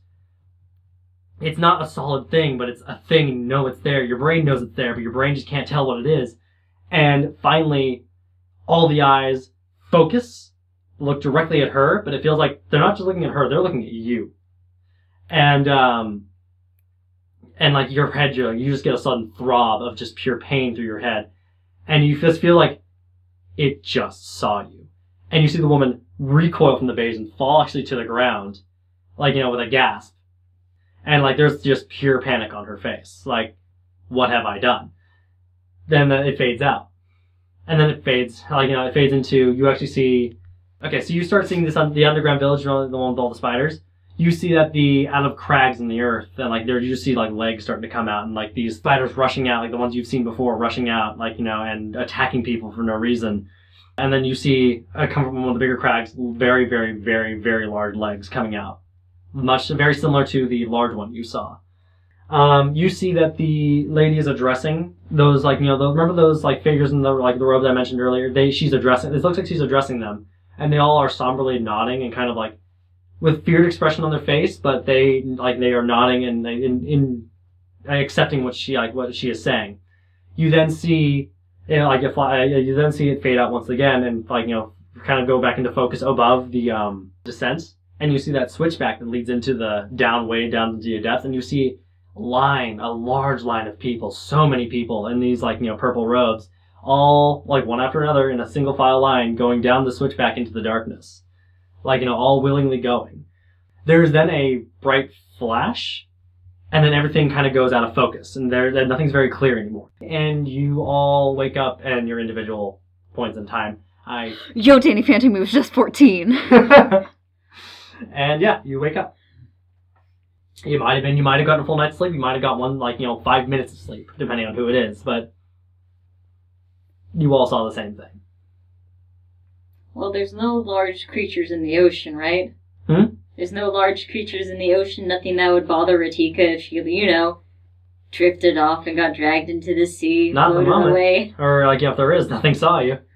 B: It's not a solid thing, but it's a thing. You know it's there. Your brain knows it's there, but your brain just can't tell what it is. And finally, all the eyes focus look directly at her, but it feels like they're not just looking at her; they're looking at you. And um, and like your head, you you just get a sudden throb of just pure pain through your head, and you just feel like it just saw you. And you see the woman recoil from the base and fall actually to the ground, like you know, with a gasp. And like there's just pure panic on her face, like, what have I done? Then uh, it fades out, and then it fades, like you know, it fades into you actually see Okay, so you start seeing this on the underground village, the one with all the spiders. You see that the out of crags in the earth, and like there, you just see like legs starting to come out, and like these spiders rushing out, like the ones you've seen before, rushing out, like you know, and attacking people for no reason. And then you see uh, come from one of the bigger crags, very, very, very, very large legs coming out, much very similar to the large one you saw. Um, you see that the lady is addressing those like you know, the, remember those like figures in the like the robes I mentioned earlier. They she's addressing. It looks like she's addressing them and they all are somberly nodding and kind of like with feared expression on their face, but they like they are nodding and they in, in accepting what she like what she is saying. You then see you know, like if I- you then see it fade out once again and like you know kind of go back into focus above the um descent and you see that switchback that leads into the down way down to the depth and you see line a large line of people so many people in these like you know purple robes all like one after another in a single file line going down the switchback into the darkness. Like, you know, all willingly going. There's then a bright flash, and then everything kind of goes out of focus, and there then nothing's very clear anymore. And you all wake up and your individual points in time. I
A: Yo, Danny Phantom was just 14.
B: and yeah, you wake up. You might have been, you might have gotten a full night's sleep. You might have got one, like you know, five minutes of sleep, depending on who it is. But you all saw the same thing.
D: Well, there's no large creatures in the ocean, right?
B: Hmm?
D: There's no large creatures in the ocean, nothing that would bother Ratika if she, you know, drifted off and got dragged into the sea,
B: Not in the
D: floated
B: moment.
D: away.
B: Or like, yeah, if there is, nothing saw you.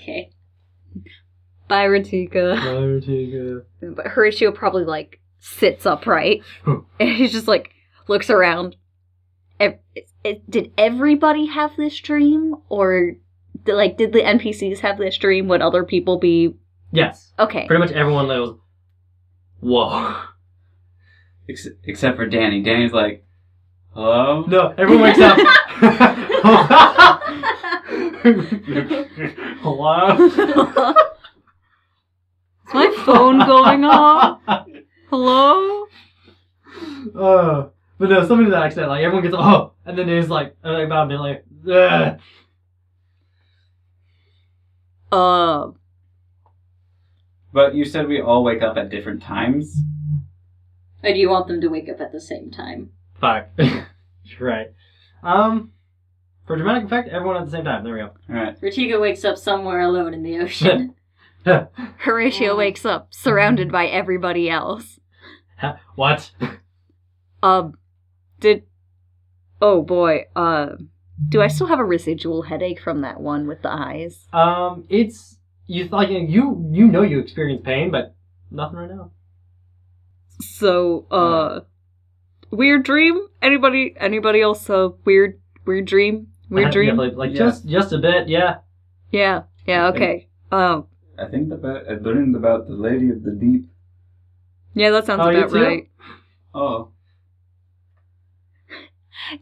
D: Okay.
A: Bye, Ratika. But Horatio probably like sits upright. and he's just like looks around. Ev- it- it- Did everybody have this dream, or did, like did the NPCs have this dream? Would other people be
B: Yes.
A: okay?
B: Pretty much everyone knows. Whoa.
E: Ex- except for Danny. Danny's like, hello?
B: No, everyone wakes up. Hello?
A: Is my phone going off? Hello?
B: Uh, but no, somebody to that extent, like everyone gets oh, and then it's like uh, about a minute later, "Ugh."
A: Uh,
E: But you said we all wake up at different times.
D: Or do you want them to wake up at the same time?
B: fuck. You're right. Um, for dramatic effect, everyone at the same time. There we go.
E: All right.
D: Ratiga wakes up somewhere alone in the ocean.
A: Horatio
D: Oh.
A: wakes up surrounded by everybody else.
B: Ha- what?
A: Um, did. Oh boy, uh. Do I still have a residual headache from that one with the eyes?
B: Um, it's you like you you know you experience pain, but nothing right now.
A: So, uh. Weird dream? Anybody anybody else uh weird weird dream? Weird dream?
B: Definitely, like
E: Yeah.
B: just just a bit. Yeah.
A: Yeah. Yeah, okay. Um
E: I think about I learned about the Lady of the Deep.
A: yeah, that sounds
B: Oh, you
A: about
B: too?
A: right.
E: Oh,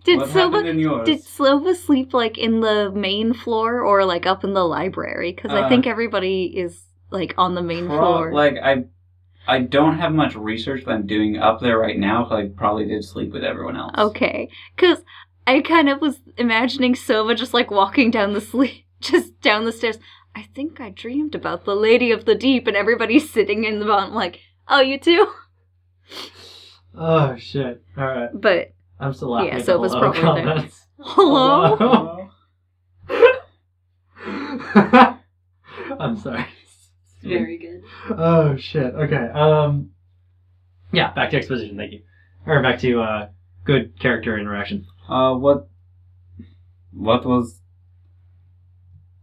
A: Did
E: what
A: Silva
E: happened in yours?
A: Did Slova sleep like in the main floor or like up in the library? Because I
E: Uh,
A: think everybody is like on the main
E: Pro-
A: floor.
E: Like I, I don't have much research that I'm doing up there right now. 'cause I probably did sleep with everyone else.
A: okay, because I kind of was imagining Silva just like walking down the sleep, just down the stairs. I think I dreamed about the Lady of the Deep, and everybody's sitting in the bottom, like, "Oh, you too."
B: Oh shit! All right,
A: But
B: I'm still laughing.
A: Yeah,
B: at
A: so
B: the
A: it was
B: hello
A: probably there.
B: comments.
A: hello,
E: Hello?
B: I'm sorry.
D: Very good.
B: Oh shit. Okay. Um. Yeah, back to exposition. Thank you. Or back to uh, good character interaction.
E: Uh, what? What was?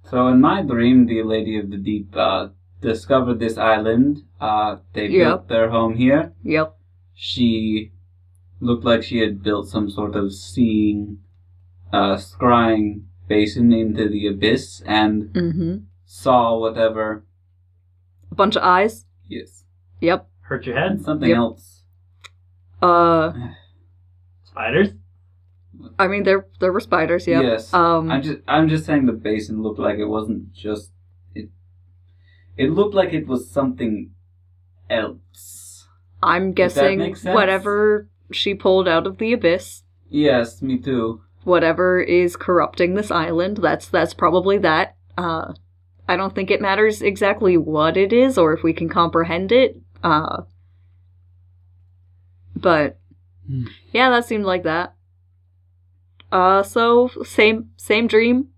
E: So in my dream, the Lady of the Deep uh, discovered this island. Uh, they
A: Yeah.
E: built their home here.
A: yep,
E: she looked like she had built some sort of seeing, uh, scrying basin into the abyss and
A: mm-hmm,
E: saw whatever.
A: a bunch of eyes,
E: Yes.
A: yep,
B: Hurt your
E: And
B: head?
E: something
A: Yep.
E: else.
A: uh,
B: Spiders?
A: I mean there there were spiders, yep,
E: Yes.
A: um,
E: I'm just I'm just saying the basin looked like it wasn't just it. It looked like it was something else.
A: I'm
E: Does that
A: guessing
E: make sense?
A: whatever she pulled out of the abyss,
E: Yes, me too.
A: whatever is corrupting this island, that's that's probably that. Uh, I don't think it matters exactly what it is or if we can comprehend it. Uh, but
E: Hmm.
A: yeah, that seemed like that. Uh, so same same dream,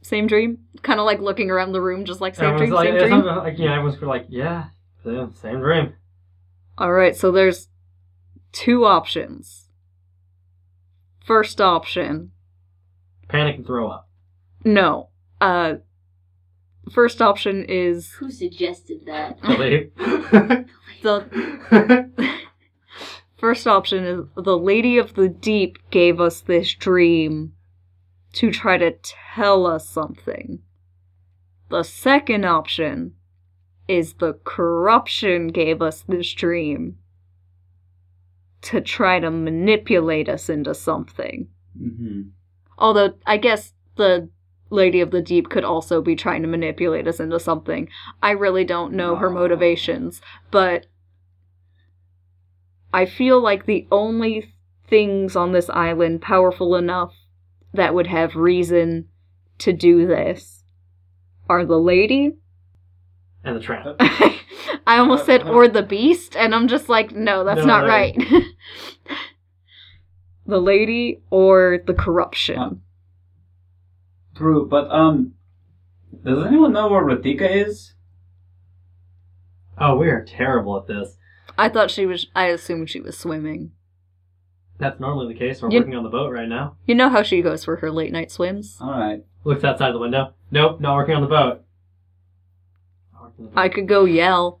A: same dream. Kind of like looking around the room, just like same
B: Everyone's
A: dream,
B: like,
A: same
B: it's
A: dream.
B: not like, yeah, everyone's like, yeah, yeah, same dream.
A: All right, so there's two options. First option,
B: Panic and throw up.
A: no. Uh, first option is
D: Who suggested that?
B: Believe.
A: the first option is the Lady of the Deep gave us this dream to try to tell us something. The second option is the corruption gave us this dream to try to manipulate us into something.
E: hmm
A: Although I guess the Lady of the Deep could also be trying to manipulate us into something. I really don't know her
E: Wow.
A: motivations, but I feel like the only things on this island powerful enough that would have reason to do this are the lady.
B: and the tramp.
A: I almost said or the beast, and I'm just like, no, that's
B: No,
A: not
B: no.
A: right. the lady or the corruption.
E: Huh. True, but um, does anyone know where Ratika is?
B: Oh, we are terrible at this.
A: I thought she was. I assumed she was swimming.
B: That's normally the case. We're
A: You-
B: working on the boat right now.
A: You know how she goes for her late night swims.
E: All right.
B: Looks outside the window. Nope, not working on the boat. Not working
A: I could go yell.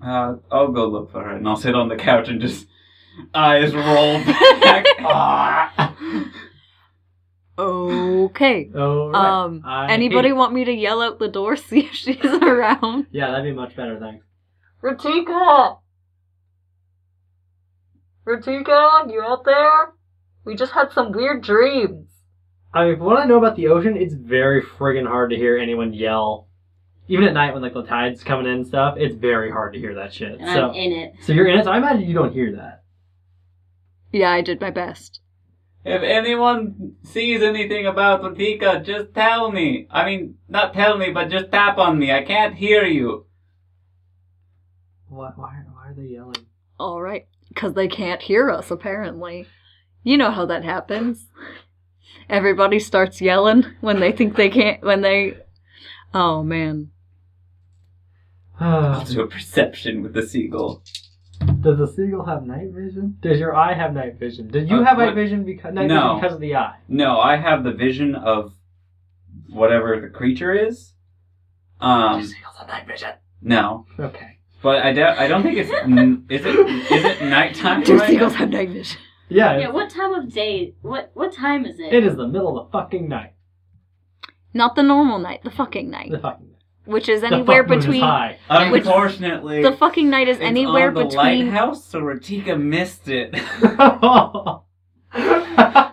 E: Uh, I'll go look for her, and I'll sit on the couch and just eyes roll back. Ah.
A: Okay.
B: Oh, right.
A: Um.
B: I-
A: Anybody want me to yell out the door, see if she's around?
B: Yeah, that'd be much better, thanks.
A: Ratika! Ratika, you out there? We just had some weird dreams.
B: I mean, from what I know about the ocean, it's very friggin' hard to hear anyone yell. Even at night when like the tide's coming in and stuff, it's very hard to hear that shit.
D: And
B: so,
D: I'm in it.
B: so you're in it. So I imagine you don't hear that.
A: Yeah, I did my best.
E: if anyone sees anything about Ratika, just tell me. I mean, not tell me, but just tap on me. I can't hear you.
B: Why? Why, why are they yelling?
A: All right, because they can't hear us apparently. You know how that happens. Everybody starts yelling when they think they can't. When they, oh man,
E: I'll
B: Does
E: do a perception with the seagull.
B: the seagull have night vision? Does your eye have night vision? Did you
E: Uh,
B: have night
E: what-
B: vision because night
E: No.
B: vision because of the eye?
E: No, I have the vision of whatever the creature is. Um,
B: seagulls have night vision.
E: no,
B: Okay.
E: but I, doubt- I don't think it's n- is it is it nighttime?
A: two
E: right
A: seagulls
E: now?
A: have night vision.
B: Yeah.
D: Yeah,
B: it's-
D: what time of day? What what time is it?
B: It is the middle of the fucking night.
A: Not the normal night, the fucking night,
B: The fucking night.
A: which is
B: The
A: anywhere
B: fuck moon is
A: between.
B: high.
A: Which-
E: Unfortunately,
A: The fucking night is
E: it's
A: anywhere
E: on the
A: between
E: lighthouse, so Ratika missed it.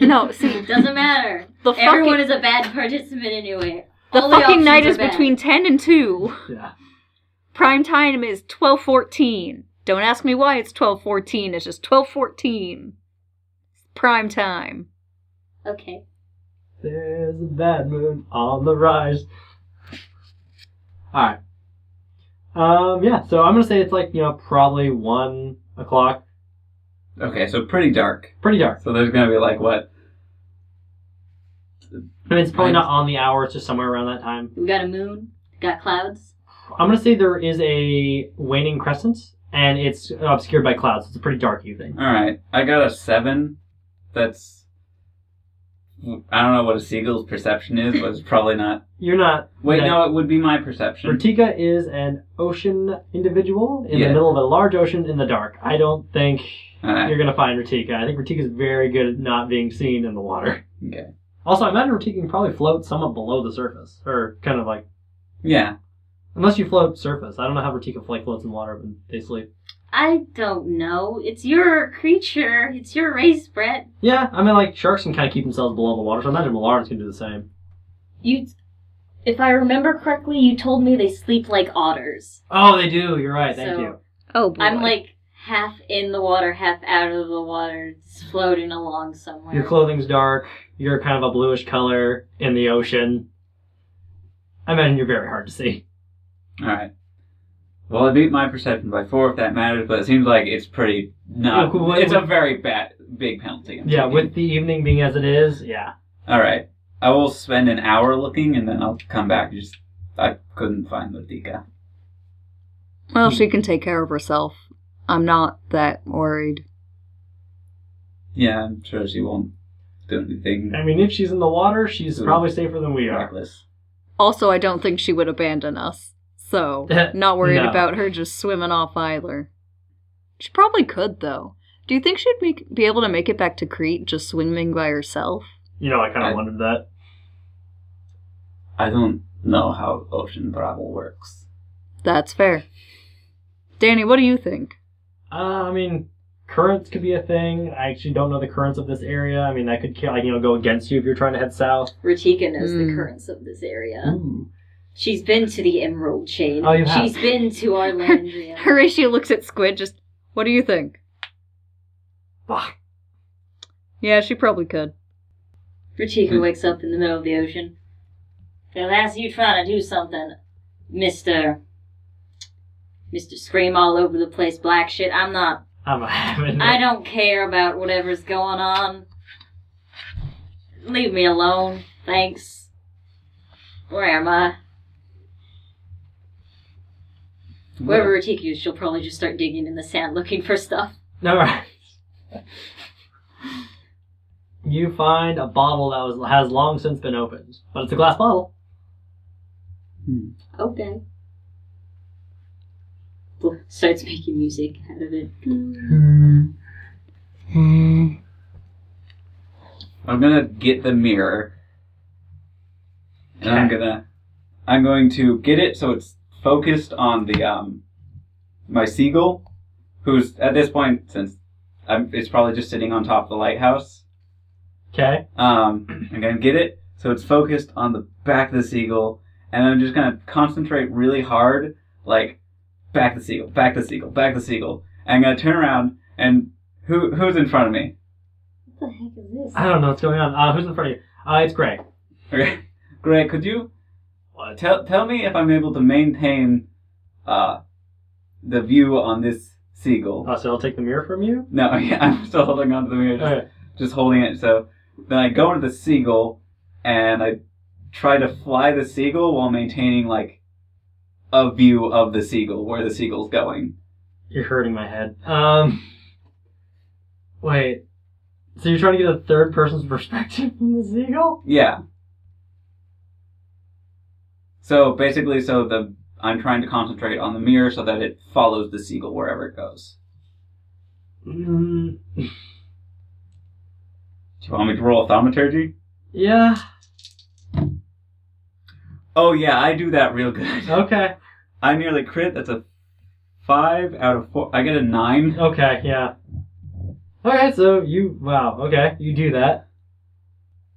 A: No, see,
D: It doesn't matter.
A: the
D: Everyone
A: fucking
D: is a bad participant anyway.
A: the
D: All the
A: fucking
D: options
A: night
D: are
A: is
D: bad.
A: between 10 and 2.
B: yeah.
A: Prime time is 12:14. Don't ask me why it's 12:14. It's just 12:14. Prime time.
D: Okay.
B: There's a bad moon on the rise. Alright. Um, yeah, so I'm gonna say it's like, you know, probably one o'clock.
E: okay, so pretty dark.
B: Pretty dark.
E: So there's gonna be like what?
B: I mean it's probably not on the hour, it's just somewhere around that time.
D: We got a moon. Got clouds.
B: I'm gonna say there is a waning crescent and it's obscured by clouds. It's a pretty dark evening.
E: All right, I got a seven. That's I don't know what a seagull's perception is, but it's probably not.
B: You're not
E: Wait,
B: that-
E: no, it would be my perception.
B: Vertika is an ocean individual in
E: Yeah.
B: the middle of a large ocean in the dark. I don't think
E: All right.
B: you're gonna find Ratika. I think Ratika's very good at not being seen in the water.
E: Okay.
B: Also, I imagine Ratika can probably float somewhat below the surface, or kind of like
E: Yeah.
B: unless you float surface. I don't know how Ratika like floats in water when they sleep.
D: I don't know. It's your creature. It's your race, Brett.
B: Yeah, I mean like sharks can kind of keep themselves below the water, so I imagine Malarans can do the same.
D: You, if I remember correctly, you told me they sleep like otters.
B: Oh, they do. You're right. Thank
D: So-
B: you.
A: Oh boy.
D: I'm like half in the water, half out of the water, just floating along somewhere.
B: Your clothing's dark. You're kind of a bluish color in the ocean. I imagine you're very hard to see.
E: All right. Well, I beat my perception by four, if that matters. But it seems like it's pretty not.
B: Yeah, wh-
E: it's a very bad, big penalty. I'm
B: Yeah,
E: taking.
B: with the evening being as it is, yeah.
E: All right. I will spend an hour looking, and then I'll come back. Just I couldn't find Latika.
A: well, she can take care of herself. I'm not that worried.
E: Yeah, I'm sure she won't do anything
B: I mean, if she's in the water, she's
E: Ooh.
B: probably safer than we are.
E: reckless.
A: Also, I don't think she would abandon us. So, not worried
B: No.
A: about her just swimming off either. She probably could though. Do you think she'd make, be able to make it back to Crete just swimming by herself?
B: You know, I kind
E: I-
B: of wondered that.
E: I don't know how ocean travel works.
A: That's fair. Danny, what do you think?
B: Uh, I mean, currents could be a thing. I actually don't know the currents of this area. I mean, that could ki- like you know go against you if you're trying to head south.
D: Ratika knows
A: Mm.
D: the currents of this area.
B: Ooh.
D: She's been to the Emerald Chain.
B: Oh, you have.
D: She's been to Arlandria.
A: Horatio looks at Squid. Just, what do you think?
B: Fuck.
A: Yeah, she probably could.
D: Ratika wakes up in the middle of the ocean. Now that's you trying to do something, Mister. Mister Scream all over the place, black shit. I'm not.
B: I'm not having
D: I
B: it.
D: don't care about whatever's going on. Leave me alone, thanks. Where am I? Wherever Ratika is, she'll probably just start digging in the sand looking for stuff.
B: All right. You find a bottle that was has long since been opened, but it's a glass bottle.
F: Okay. Well, starts making music out of it.
E: I'm gonna get the mirror. And I'm
B: Okay.
E: gonna I'm going to get it so it's focused on the um my seagull, who's at this point since I'm, it's probably just sitting on top of the lighthouse.
B: Okay.
E: Um, I'm gonna get it so it's focused on the back of the seagull, and I'm just gonna concentrate really hard, like back the seagull, back the seagull, back the seagull. And I'm gonna turn around and who who's in front of me?
F: What the heck is this?
B: I don't know what's going on. Uh, who's in front of you? Uh, it's Gray.
E: Okay, Greg, could you
B: What?
E: Tell tell me if I'm able to maintain uh the view on this seagull.
B: Uh, so I'll take the mirror from you.
E: No, yeah, I'm still holding on to the mirror, just,
B: Okay.
E: just holding it. So then I go into the seagull and I try to fly the seagull while maintaining like a view of the seagull, where the seagull's going.
B: You're hurting my head. Um. Wait. So you're trying to get a third person's perspective from the seagull?
E: Yeah. So basically, so the I'm trying to concentrate on the mirror so that it follows the seagull wherever it goes.
B: Mm,
E: Do you want me to roll a thaumaturgy?
B: yeah.
E: Oh yeah, I do that real good.
B: Okay.
E: I nearly crit. That's a five out of four. I get a nine.
B: Okay. Yeah. Okay. So you. Wow. Okay. You do that.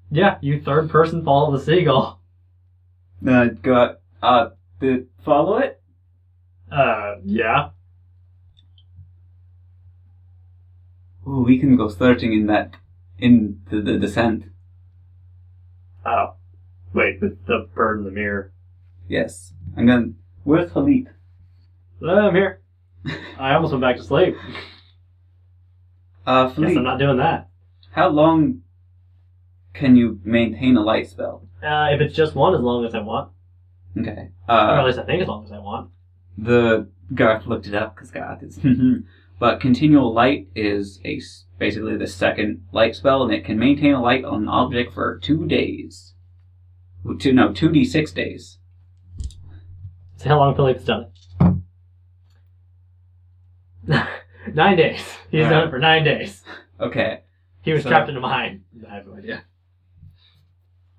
B: Yeah. You third person follow the seagull.
E: Then I got uh the follow it.
B: Uh. Yeah.
E: Ooh, we can go searching in that in the, the descent.
B: Oh. Wait. But the bird in the mirror.
E: Yes, I'm gonna. Where's Philippe?
B: Uh, I'm here. I almost went back to sleep.
E: Uh,
B: Guess
E: Philippe,
B: I'm not doing that.
E: how long can you maintain a light spell?
B: Uh, if it's just one, as long as I want.
E: Okay.
B: or at
E: Uh,
B: least I think as long as I want.
E: the Garth looked it up because Garth is. but continual light is a s- basically the second light spell, and it can maintain a light on an object for two days. Well, Two no, two d six days.
B: So how long Philippe's done it? nine days. He's
E: All
B: done
E: right.
B: it for nine days.
E: Okay.
B: He was
E: So-
B: trapped in a mine. I have no idea.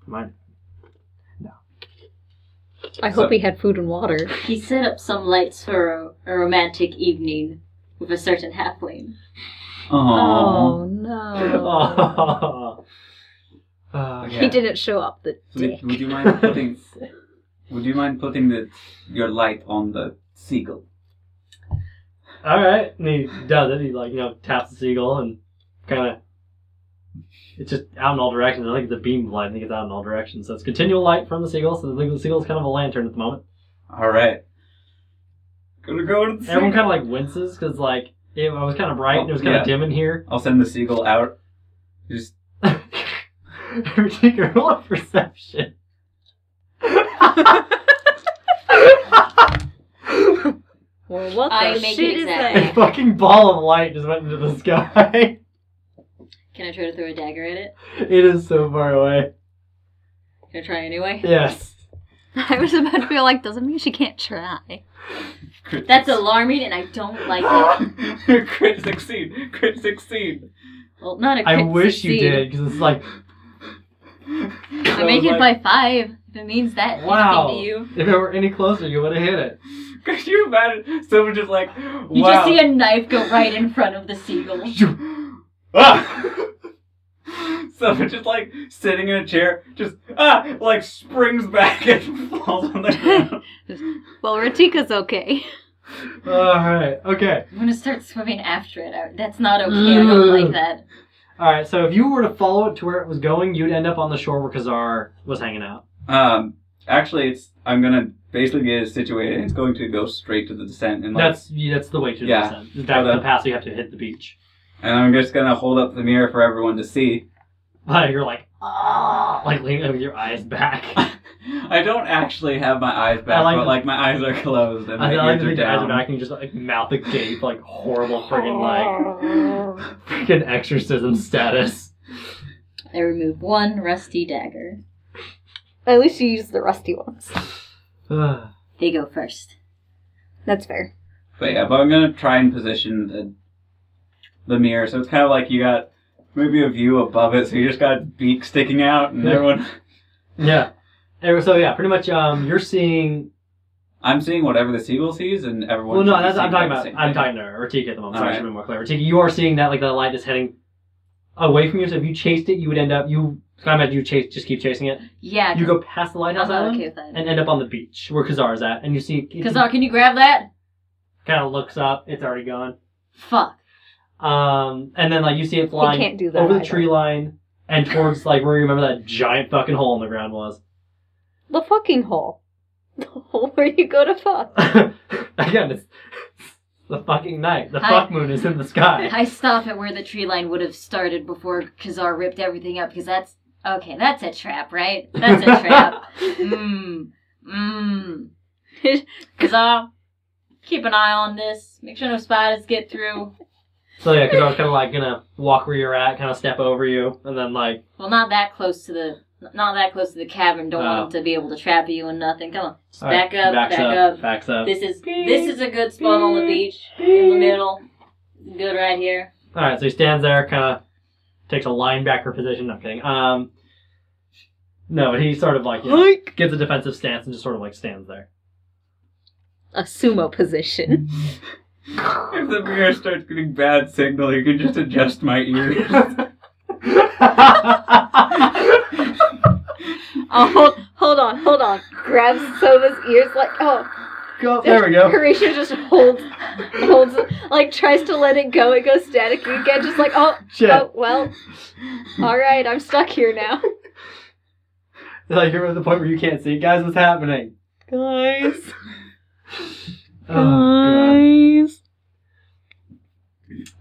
B: Mine.
A: I
E: So-
A: hope he had food and water.
F: He set up some lights for a, a romantic evening with a certain halfling.
E: Aww.
A: Oh no.
B: Oh. Uh,
E: Okay.
A: He didn't show up the
E: Would,
A: dick.
E: would you mind putting? would you mind putting the your light on the seagull?
B: All right, and he does it. He like you know taps the seagull and kind of. It's just out in all directions. I think it's a beam of light. I think it's out in all directions. So it's continual light from the seagull. So the seagull's kind of a lantern at the moment.
E: All right. Gonna go to the
B: Everyone
E: seagull.
B: kind of like winces because like it was kind of bright and it was kind
E: Yeah.
B: of dim in here.
E: I'll send the seagull out. Just
B: Everything roll of perception.
A: Well, what the
F: I make
A: shit
F: it
A: is
F: exactly.
B: A
A: that?
B: fucking ball of light just went into the sky.
F: Can I try to throw a dagger at it?
B: it is so far away.
F: Can I try anyway?
B: Yes.
A: I was about to be like, doesn't mean she can't try.
F: That's alarming, and I don't like it.
E: crit succeed. Crit succeed.
F: Well, not a
B: I
F: crit
B: wish you
F: succeed.
B: did because it's like
F: I make it by five. If it means that
B: Wow.
F: anything to you.
B: if it were any closer, you would have hit it.
E: Could you imagine someone just like, wow.
F: You just see a knife go right in front of the seagull.
E: ah! someone just like sitting in a chair, just ah, like springs back and falls on the ground.
A: Well, Ratika's okay.
B: All right. Okay.
F: I'm gonna start swimming after it. I- That's not okay. I don't
B: Mm.
F: like that.
B: All right. So if you were to follow it to where it was going, you'd end up on the shore where Kazar was hanging out.
E: Um, actually, it's I'm gonna basically get it situated. It's going to go straight to the descent, and like,
B: That's yeah, that's the way to
E: Yeah.
B: descend. That's
E: Okay.
B: the path so you have to hit the beach.
E: and I'm just gonna hold up the mirror for everyone to see.
B: But you're like ah, like leaning with your eyes back.
E: I don't actually have my eyes back,
B: like
E: but
B: the-
E: like my eyes are closed and my
B: I feel like
E: ears are
B: the eyes are
E: down.
B: back and you just like mouth agape, like horrible friggin' like freaking exorcism status.
F: I remove one rusty dagger.
A: At least you used the rusty ones.
B: Ugh.
F: They go first.
A: That's fair.
E: But yeah, but I'm gonna try and position the the mirror so it's kind of like you got maybe a view above it, so you just got a beak sticking out, and
B: Yeah.
E: everyone.
B: yeah. Anyway, so yeah, pretty much. Um, you're seeing.
E: I'm seeing whatever the seagull sees, and everyone.
B: Well, no,
E: should be
B: that's I'm
E: seeing
B: talking
E: the
B: about.
E: same
B: I'm
E: thing.
B: talking to Ratika at the moment. Sorry, I should
E: Alright.
B: be more clear. Ratika, you are seeing that like the light is heading away from you. So if you chased it, you would end up. You I imagine you chase, just keep chasing it.
D: Yeah.
B: You go past the
D: I'm
B: lighthouse
D: not
B: island
D: okay with that.
B: and end up on the beach where Kazar's at, and you see
D: Kazar, can you grab that?
B: kind of looks up. It's already gone.
D: Fuck.
B: Um, and then like you see it flying
A: can't do that
B: over the
A: either.
B: tree line and towards like where you remember that giant fucking hole in the ground was.
A: The fucking hole. The hole where you go to fuck.
B: Again, it's the fucking night. The
D: Hi.
B: fuck moon is in the sky.
D: I stop at where the tree line would have started before Kazar ripped everything up because that's okay. That's a trap, right? That's a trap. Mmm. Mmm. Kazar, keep an eye on this. Make sure no spiders get through.
B: So yeah, because I was kind of like gonna walk where you're at, kind of step over you, and then like
D: Well, not that close to the not that close to the cavern. Don't want them to be able to trap you and nothing. Come on, just
B: all right,
D: back up,
B: backs
D: back
B: up,
D: up.
B: backs up.
D: This is this is a good spot on the beach in the middle. Good right here.
B: All right, so he stands there, kind of takes a linebacker position. No, I'm kidding. Um, no, but he sort of like you know, gets a defensive stance and just sort of like stands there.
A: A sumo position.
E: If the mirror starts getting bad signal, you can just adjust my ears.
A: Oh, hold, hold on, hold on. Grabs Sova's ears like, oh.
B: Go- there we go.
A: Horatio just holds, holds, like tries to let it go. It goes staticky again, just like, oh,
B: Shit.
A: oh, well. All right, I'm stuck here now.
B: Like you're at the point where you can't see, guys. What's happening?
A: Guys,
B: Oh,
A: guys.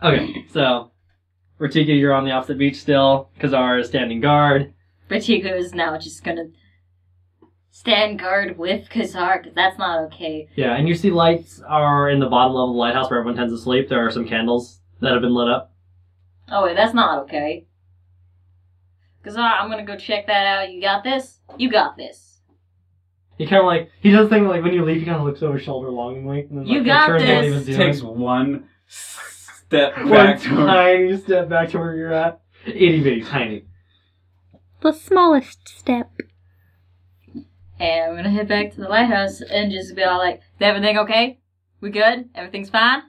B: God. okay, so Ratika, you're on the opposite beach still. Kazar is standing guard.
D: Bertigo is now just gonna stand guard with Kazar because that's not okay.
B: Yeah, and you see lights are in the bottom level of the lighthouse where everyone tends to sleep. There are some candles that have been lit up.
D: Oh wait, that's not okay. Kazar, I'm gonna go check that out. You got this. You got this.
B: He kind of like he does the thing like when you leave, he kind of looks over his shoulder longingly. And then, like,
D: You got
B: turns and
D: this.
B: leaves
E: takes
B: his
E: one step
B: doing.
E: back
B: one
E: to
B: tiny step back to where you're at. Itty bitty tiny.
A: The smallest step.
D: And I'm gonna head back to the lighthouse and just be all like, "Is everything okay? We good? Everything's fine?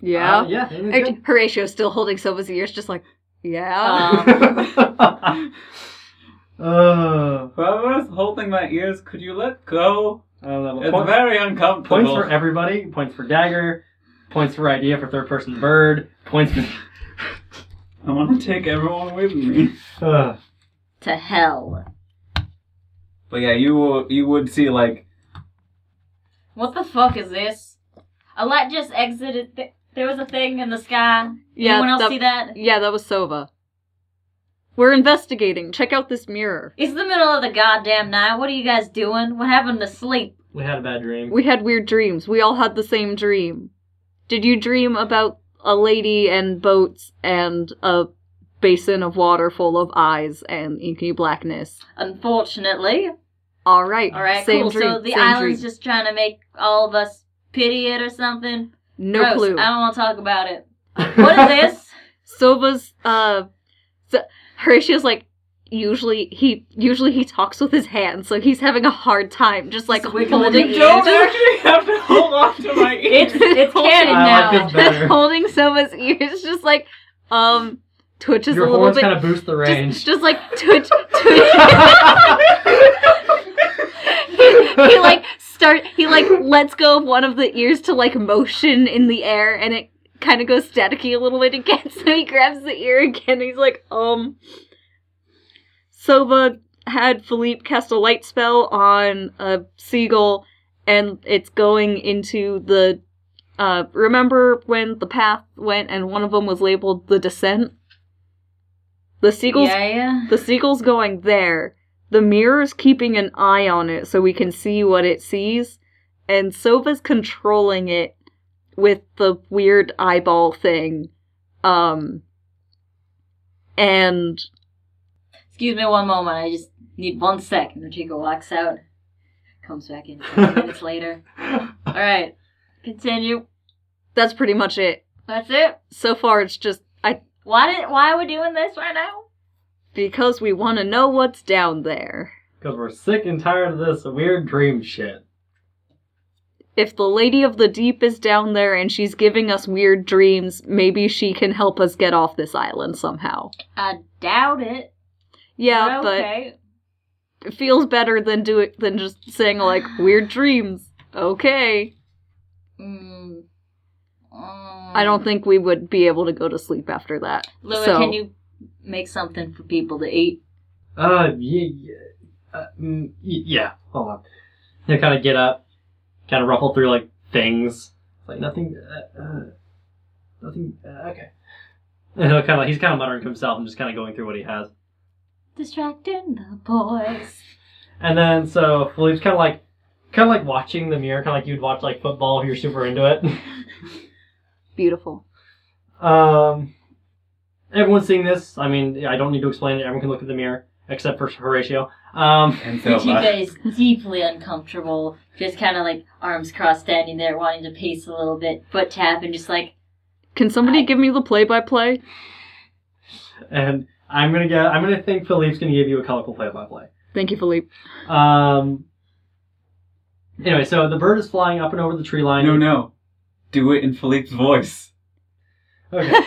A: Yeah.
B: Uh, yeah. it was
A: Horatio Horatio's still holding Sova's ears, just like, yeah.
D: Um,
B: good. Oh,
E: If I was holding my ears, could you let go?
B: I don't know.
E: It's
B: Point-
E: very uncomfortable.
B: points for everybody. Points for dagger. Points for idea for third person bird. Points for.
E: I want to take everyone with me.
A: Uh,
B: Ugh.
D: to hell.
E: But yeah, you will, you would see like
D: What the fuck is this? A light just exited. Th- there was a thing in the sky.
A: yeah,
D: Anyone else
A: that,
D: see that?
A: yeah, that was Sova. We're investigating. Check out this mirror.
D: It's the middle of the goddamn night. What are you guys doing? What happened to sleep?
B: we had a bad dream.
A: We had weird dreams. We all had the same dream. Did you dream about a lady and boats and a basin of water full of eyes and inky blackness?
D: Unfortunately.
A: All right.
D: All right,
A: same
D: cool.
A: dream.
D: so the
A: same
D: island's
A: dream.
D: just trying to make all of us pity it or something.
A: no
D: Gross.
A: clue.
D: I don't want to talk about it. What is this?
A: Sova's uh so Horatio's like usually he usually he talks with his hands, so he's having a hard time just like
D: Just wiggle
A: holding
D: the
E: don't
D: ears.
E: actually have to hold on to my ears.
D: It's it's
A: Hold
D: canon
B: I
A: on.
B: like
D: now.
B: this better.
A: holding Sova's ears just like um twitches
B: Your
A: a little
B: horns
A: bit.
B: kind of boost the
A: just,
B: range.
A: just like twitch twitch he, he like start he like lets go of one of the ears to like motion in the air and it kind of goes staticky a little bit again so he grabs the ear again and he's like um Sova had Philippe cast a light spell on a seagull and it's going into the uh remember when the path went and one of them was labeled the descent the seagull's
D: Yeah, yeah.
A: the seagull's going there. The mirror's keeping an eye on it so we can see what it sees. And Sova's controlling it with the weird eyeball thing. Um. And
D: Excuse me one moment. I just need one second. Chico walks out.
F: Comes back in 20 minutes later. All right, continue.
A: That's pretty much it.
F: That's it.
A: So far, it's just I
F: Why did? Why are we doing this right now?
A: because we want to know what's down there.
B: Because we're sick and tired of this weird dream shit.
A: If the lady of the deep is down there and she's giving us weird dreams, maybe she can help us get off this island somehow.
F: I doubt it.
A: Yeah,
F: okay.
A: but it feels better than do it than just saying like weird dreams. Okay.
F: Mm. um,
A: I don't think we would be able to go to sleep after that.
F: Lua,
A: So-
F: can you make something for people to eat?
B: Uh, yeah, yeah. Uh, mm, y- yeah. Hold on. They kind of get up, kind of ruffle through like things. It's like nothing. Uh, uh, nothing. Uh, okay. And he'll kind of he's kind of muttering to himself and just kind of going through what he has.
F: Distracting the boys.
B: And then so Philippe's kind of like, kind of like watching the mirror, kind of like you'd watch like football if you're super into it.
A: Beautiful.
B: Um, everyone's seeing this. I mean, I don't need to explain it. Everyone can look at the mirror, except for Horatio. Um,
E: And so,
F: Ichigo
E: uh,
F: is deeply uncomfortable, just kind of like arms crossed, standing there, wanting to pace a little bit, foot tap, and just like
A: Can somebody give me the play-by-play?
B: and I'm gonna get. I'm gonna think Philippe's gonna give you a colorful play-by-play.
A: Thank you, Philippe.
B: Um. Anyway, so the bird is flying up and over the tree line.
E: no, no. Do it in Philippe's voice.
B: Okay.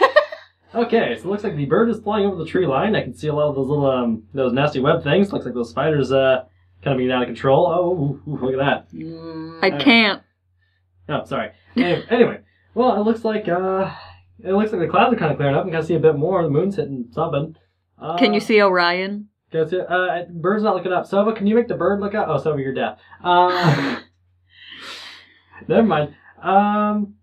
B: okay, so it looks like the bird is flying over the tree line. I can see a lot of those little, um, those nasty web things. Looks like those spiders, uh, kind of being out of control. Oh, ooh, ooh, look at that.
F: mm,
A: I
B: Uh,
A: can't.
B: No, sorry. Anyway, anyway, well, it looks like uh, it looks like the clouds are kind of clearing up. and kind of see a bit more. The moon's hitting something. Uh,
A: Can you see Orion?
B: Can I see- uh, bird's not looking up. Sova, can you make the bird look up? Oh, Sova, you're deaf. Uh, never mind. Um,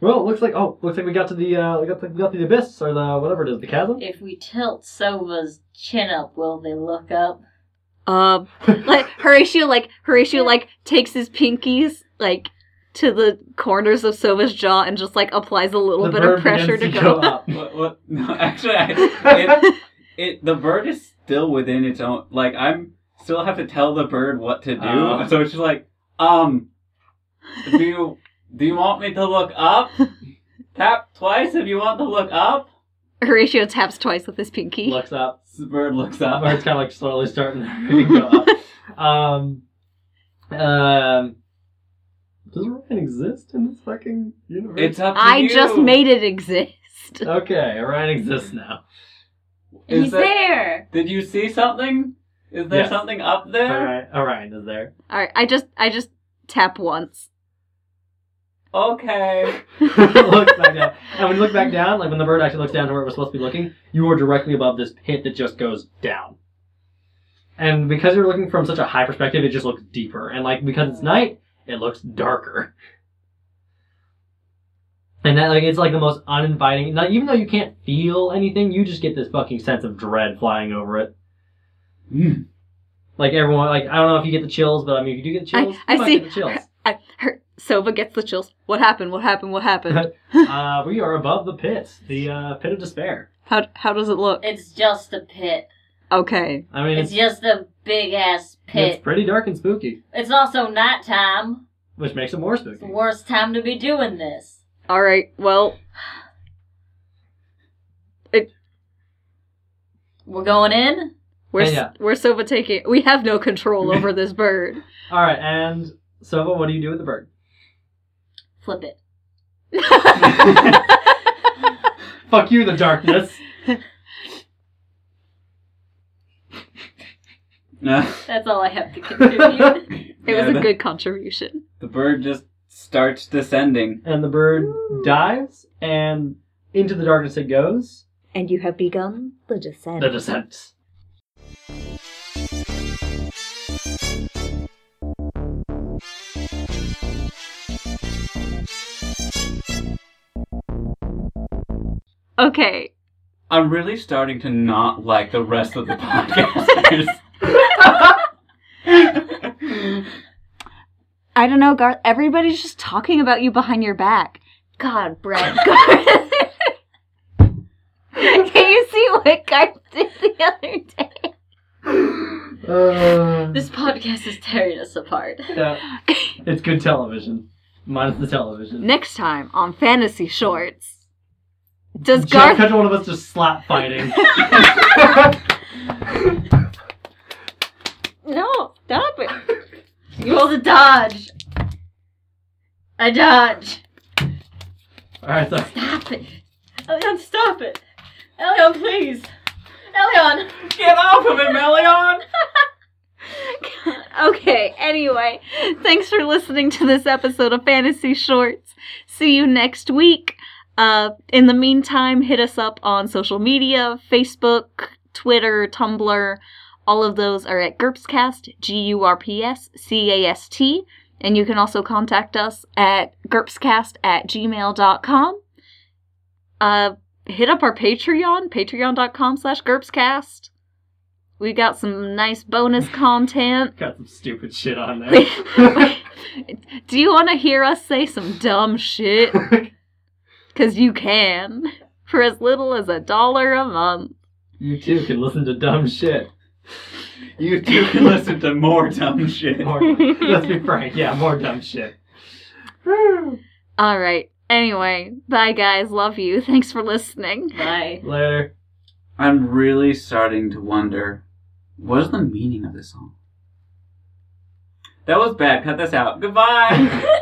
B: well, it looks like oh, looks like we got to the uh, we got to, we got to the abyss or the whatever it is, the chasm.
F: if we tilt Sova's chin up, will they look up?
A: Um, like Horatio, like Horatio, like takes his pinkies like to the corners of Sova's jaw and just like applies a little
B: The
A: bit
B: bird
A: of pressure to
B: begins
A: go.
B: up.
E: What? What? No, actually, I, it, it the bird is still within its own. Like I'm still have to tell the bird what to do.
B: Oh.
E: so it's just like, um, do you do you want me to look up? Tap twice if you want to look up.
A: Horatio taps twice with his pinky.
B: Looks up.
E: The bird looks
B: That
E: up.
B: part's kind of like slowly starting to go up. Um, um, does Ryan exist in this fucking universe?
E: It's up to
A: I
E: you.
A: just made it exist.
B: okay. Ryan exists now.
E: Is
F: He's
E: that-
F: there.
E: Did you see something? Is there
B: Yes.
E: something up there?
B: Alright, Orion is there.
A: All right, I just I just tap once.
E: Okay.
B: look back down. And when you look back down, like when the bird actually looks down to where it was supposed to be looking, you are directly above this pit that just goes down. And because you're looking from such a high perspective, it just looks deeper. And like because it's night, it looks darker. And that like it's like the most uninviting. Now, even though you can't feel anything, you just get this fucking sense of dread flying over it.
E: Mm.
B: Like everyone, like I don't know if you get the chills, but I mean, if you do get the
A: I-
B: chills,
A: I
B: you might
A: see.
B: get the chills.
A: I, her, Sova gets the chills. What happened? What happened? What happened?
B: uh, we are above the pit, the uh, pit of despair.
A: How how does it look?
F: It's just a pit.
A: Okay.
B: I mean,
F: It's just a big ass
B: It's
F: pit.
B: pretty dark and spooky,
F: It's also nighttime.
B: which makes it more
F: It's
B: spooky.
F: the worst time to be doing this.
A: All right. Well,
F: We're going in.
A: we're s-
B: Yeah.
A: we're Sova taking. We have no control over this bird.
B: All right, and Sova, what do you do with the bird?
F: Flip it.
B: Fuck you, the darkness.
E: No.
F: That's all I have to contribute.
A: It
E: Yeah,
A: was a
E: that-
A: good contribution.
E: The bird just starts descending.
B: and the bird dives, and into the darkness it goes.
A: And you have begun the descent.
B: The descent.
A: Okay.
E: I'm really starting to not like the rest of the podcasters.
A: I don't know, Garth. Everybody's just talking about you behind your back. God, Brett. Can you see what Garth did the other day?
B: Uh,
F: This podcast is tearing us apart.
B: yeah. It's good television. Minus the television.
A: Next time on Fantasy Shorts. Does
B: Jack
A: Garth
B: catch one of us just slap fighting.
A: No, stop it.
F: You rolled a dodge. I dodge.
B: Alright, so
F: Stop it. Elion, stop it. Elion, please. Elion.
C: Get off of him, Melion!
A: Okay, anyway, thanks for listening to this episode of Fantasy Shorts. See you next week. Uh, in the meantime, hit us up on social media Facebook, Twitter, Tumblr. All of those are at GURPSCast, G U R P S C A S T. And you can also contact us at GURPSCast at gmail.com. Uh, hit up our Patreon, patreon.com slash GURPSCast. We got some nice bonus content.
B: got some stupid shit on there.
A: Do you want to hear us say some dumb shit? Because you can. For as little as a dollar a month.
B: you too can listen to dumb shit.
E: You too can listen to more dumb shit.
B: More, let's be frank, yeah, more dumb shit.
A: All right. Anyway, bye guys. Love you. Thanks for listening.
F: Bye.
B: Later.
E: I'm really starting to wonder what is the meaning of this song? That was bad. Cut this out. Goodbye.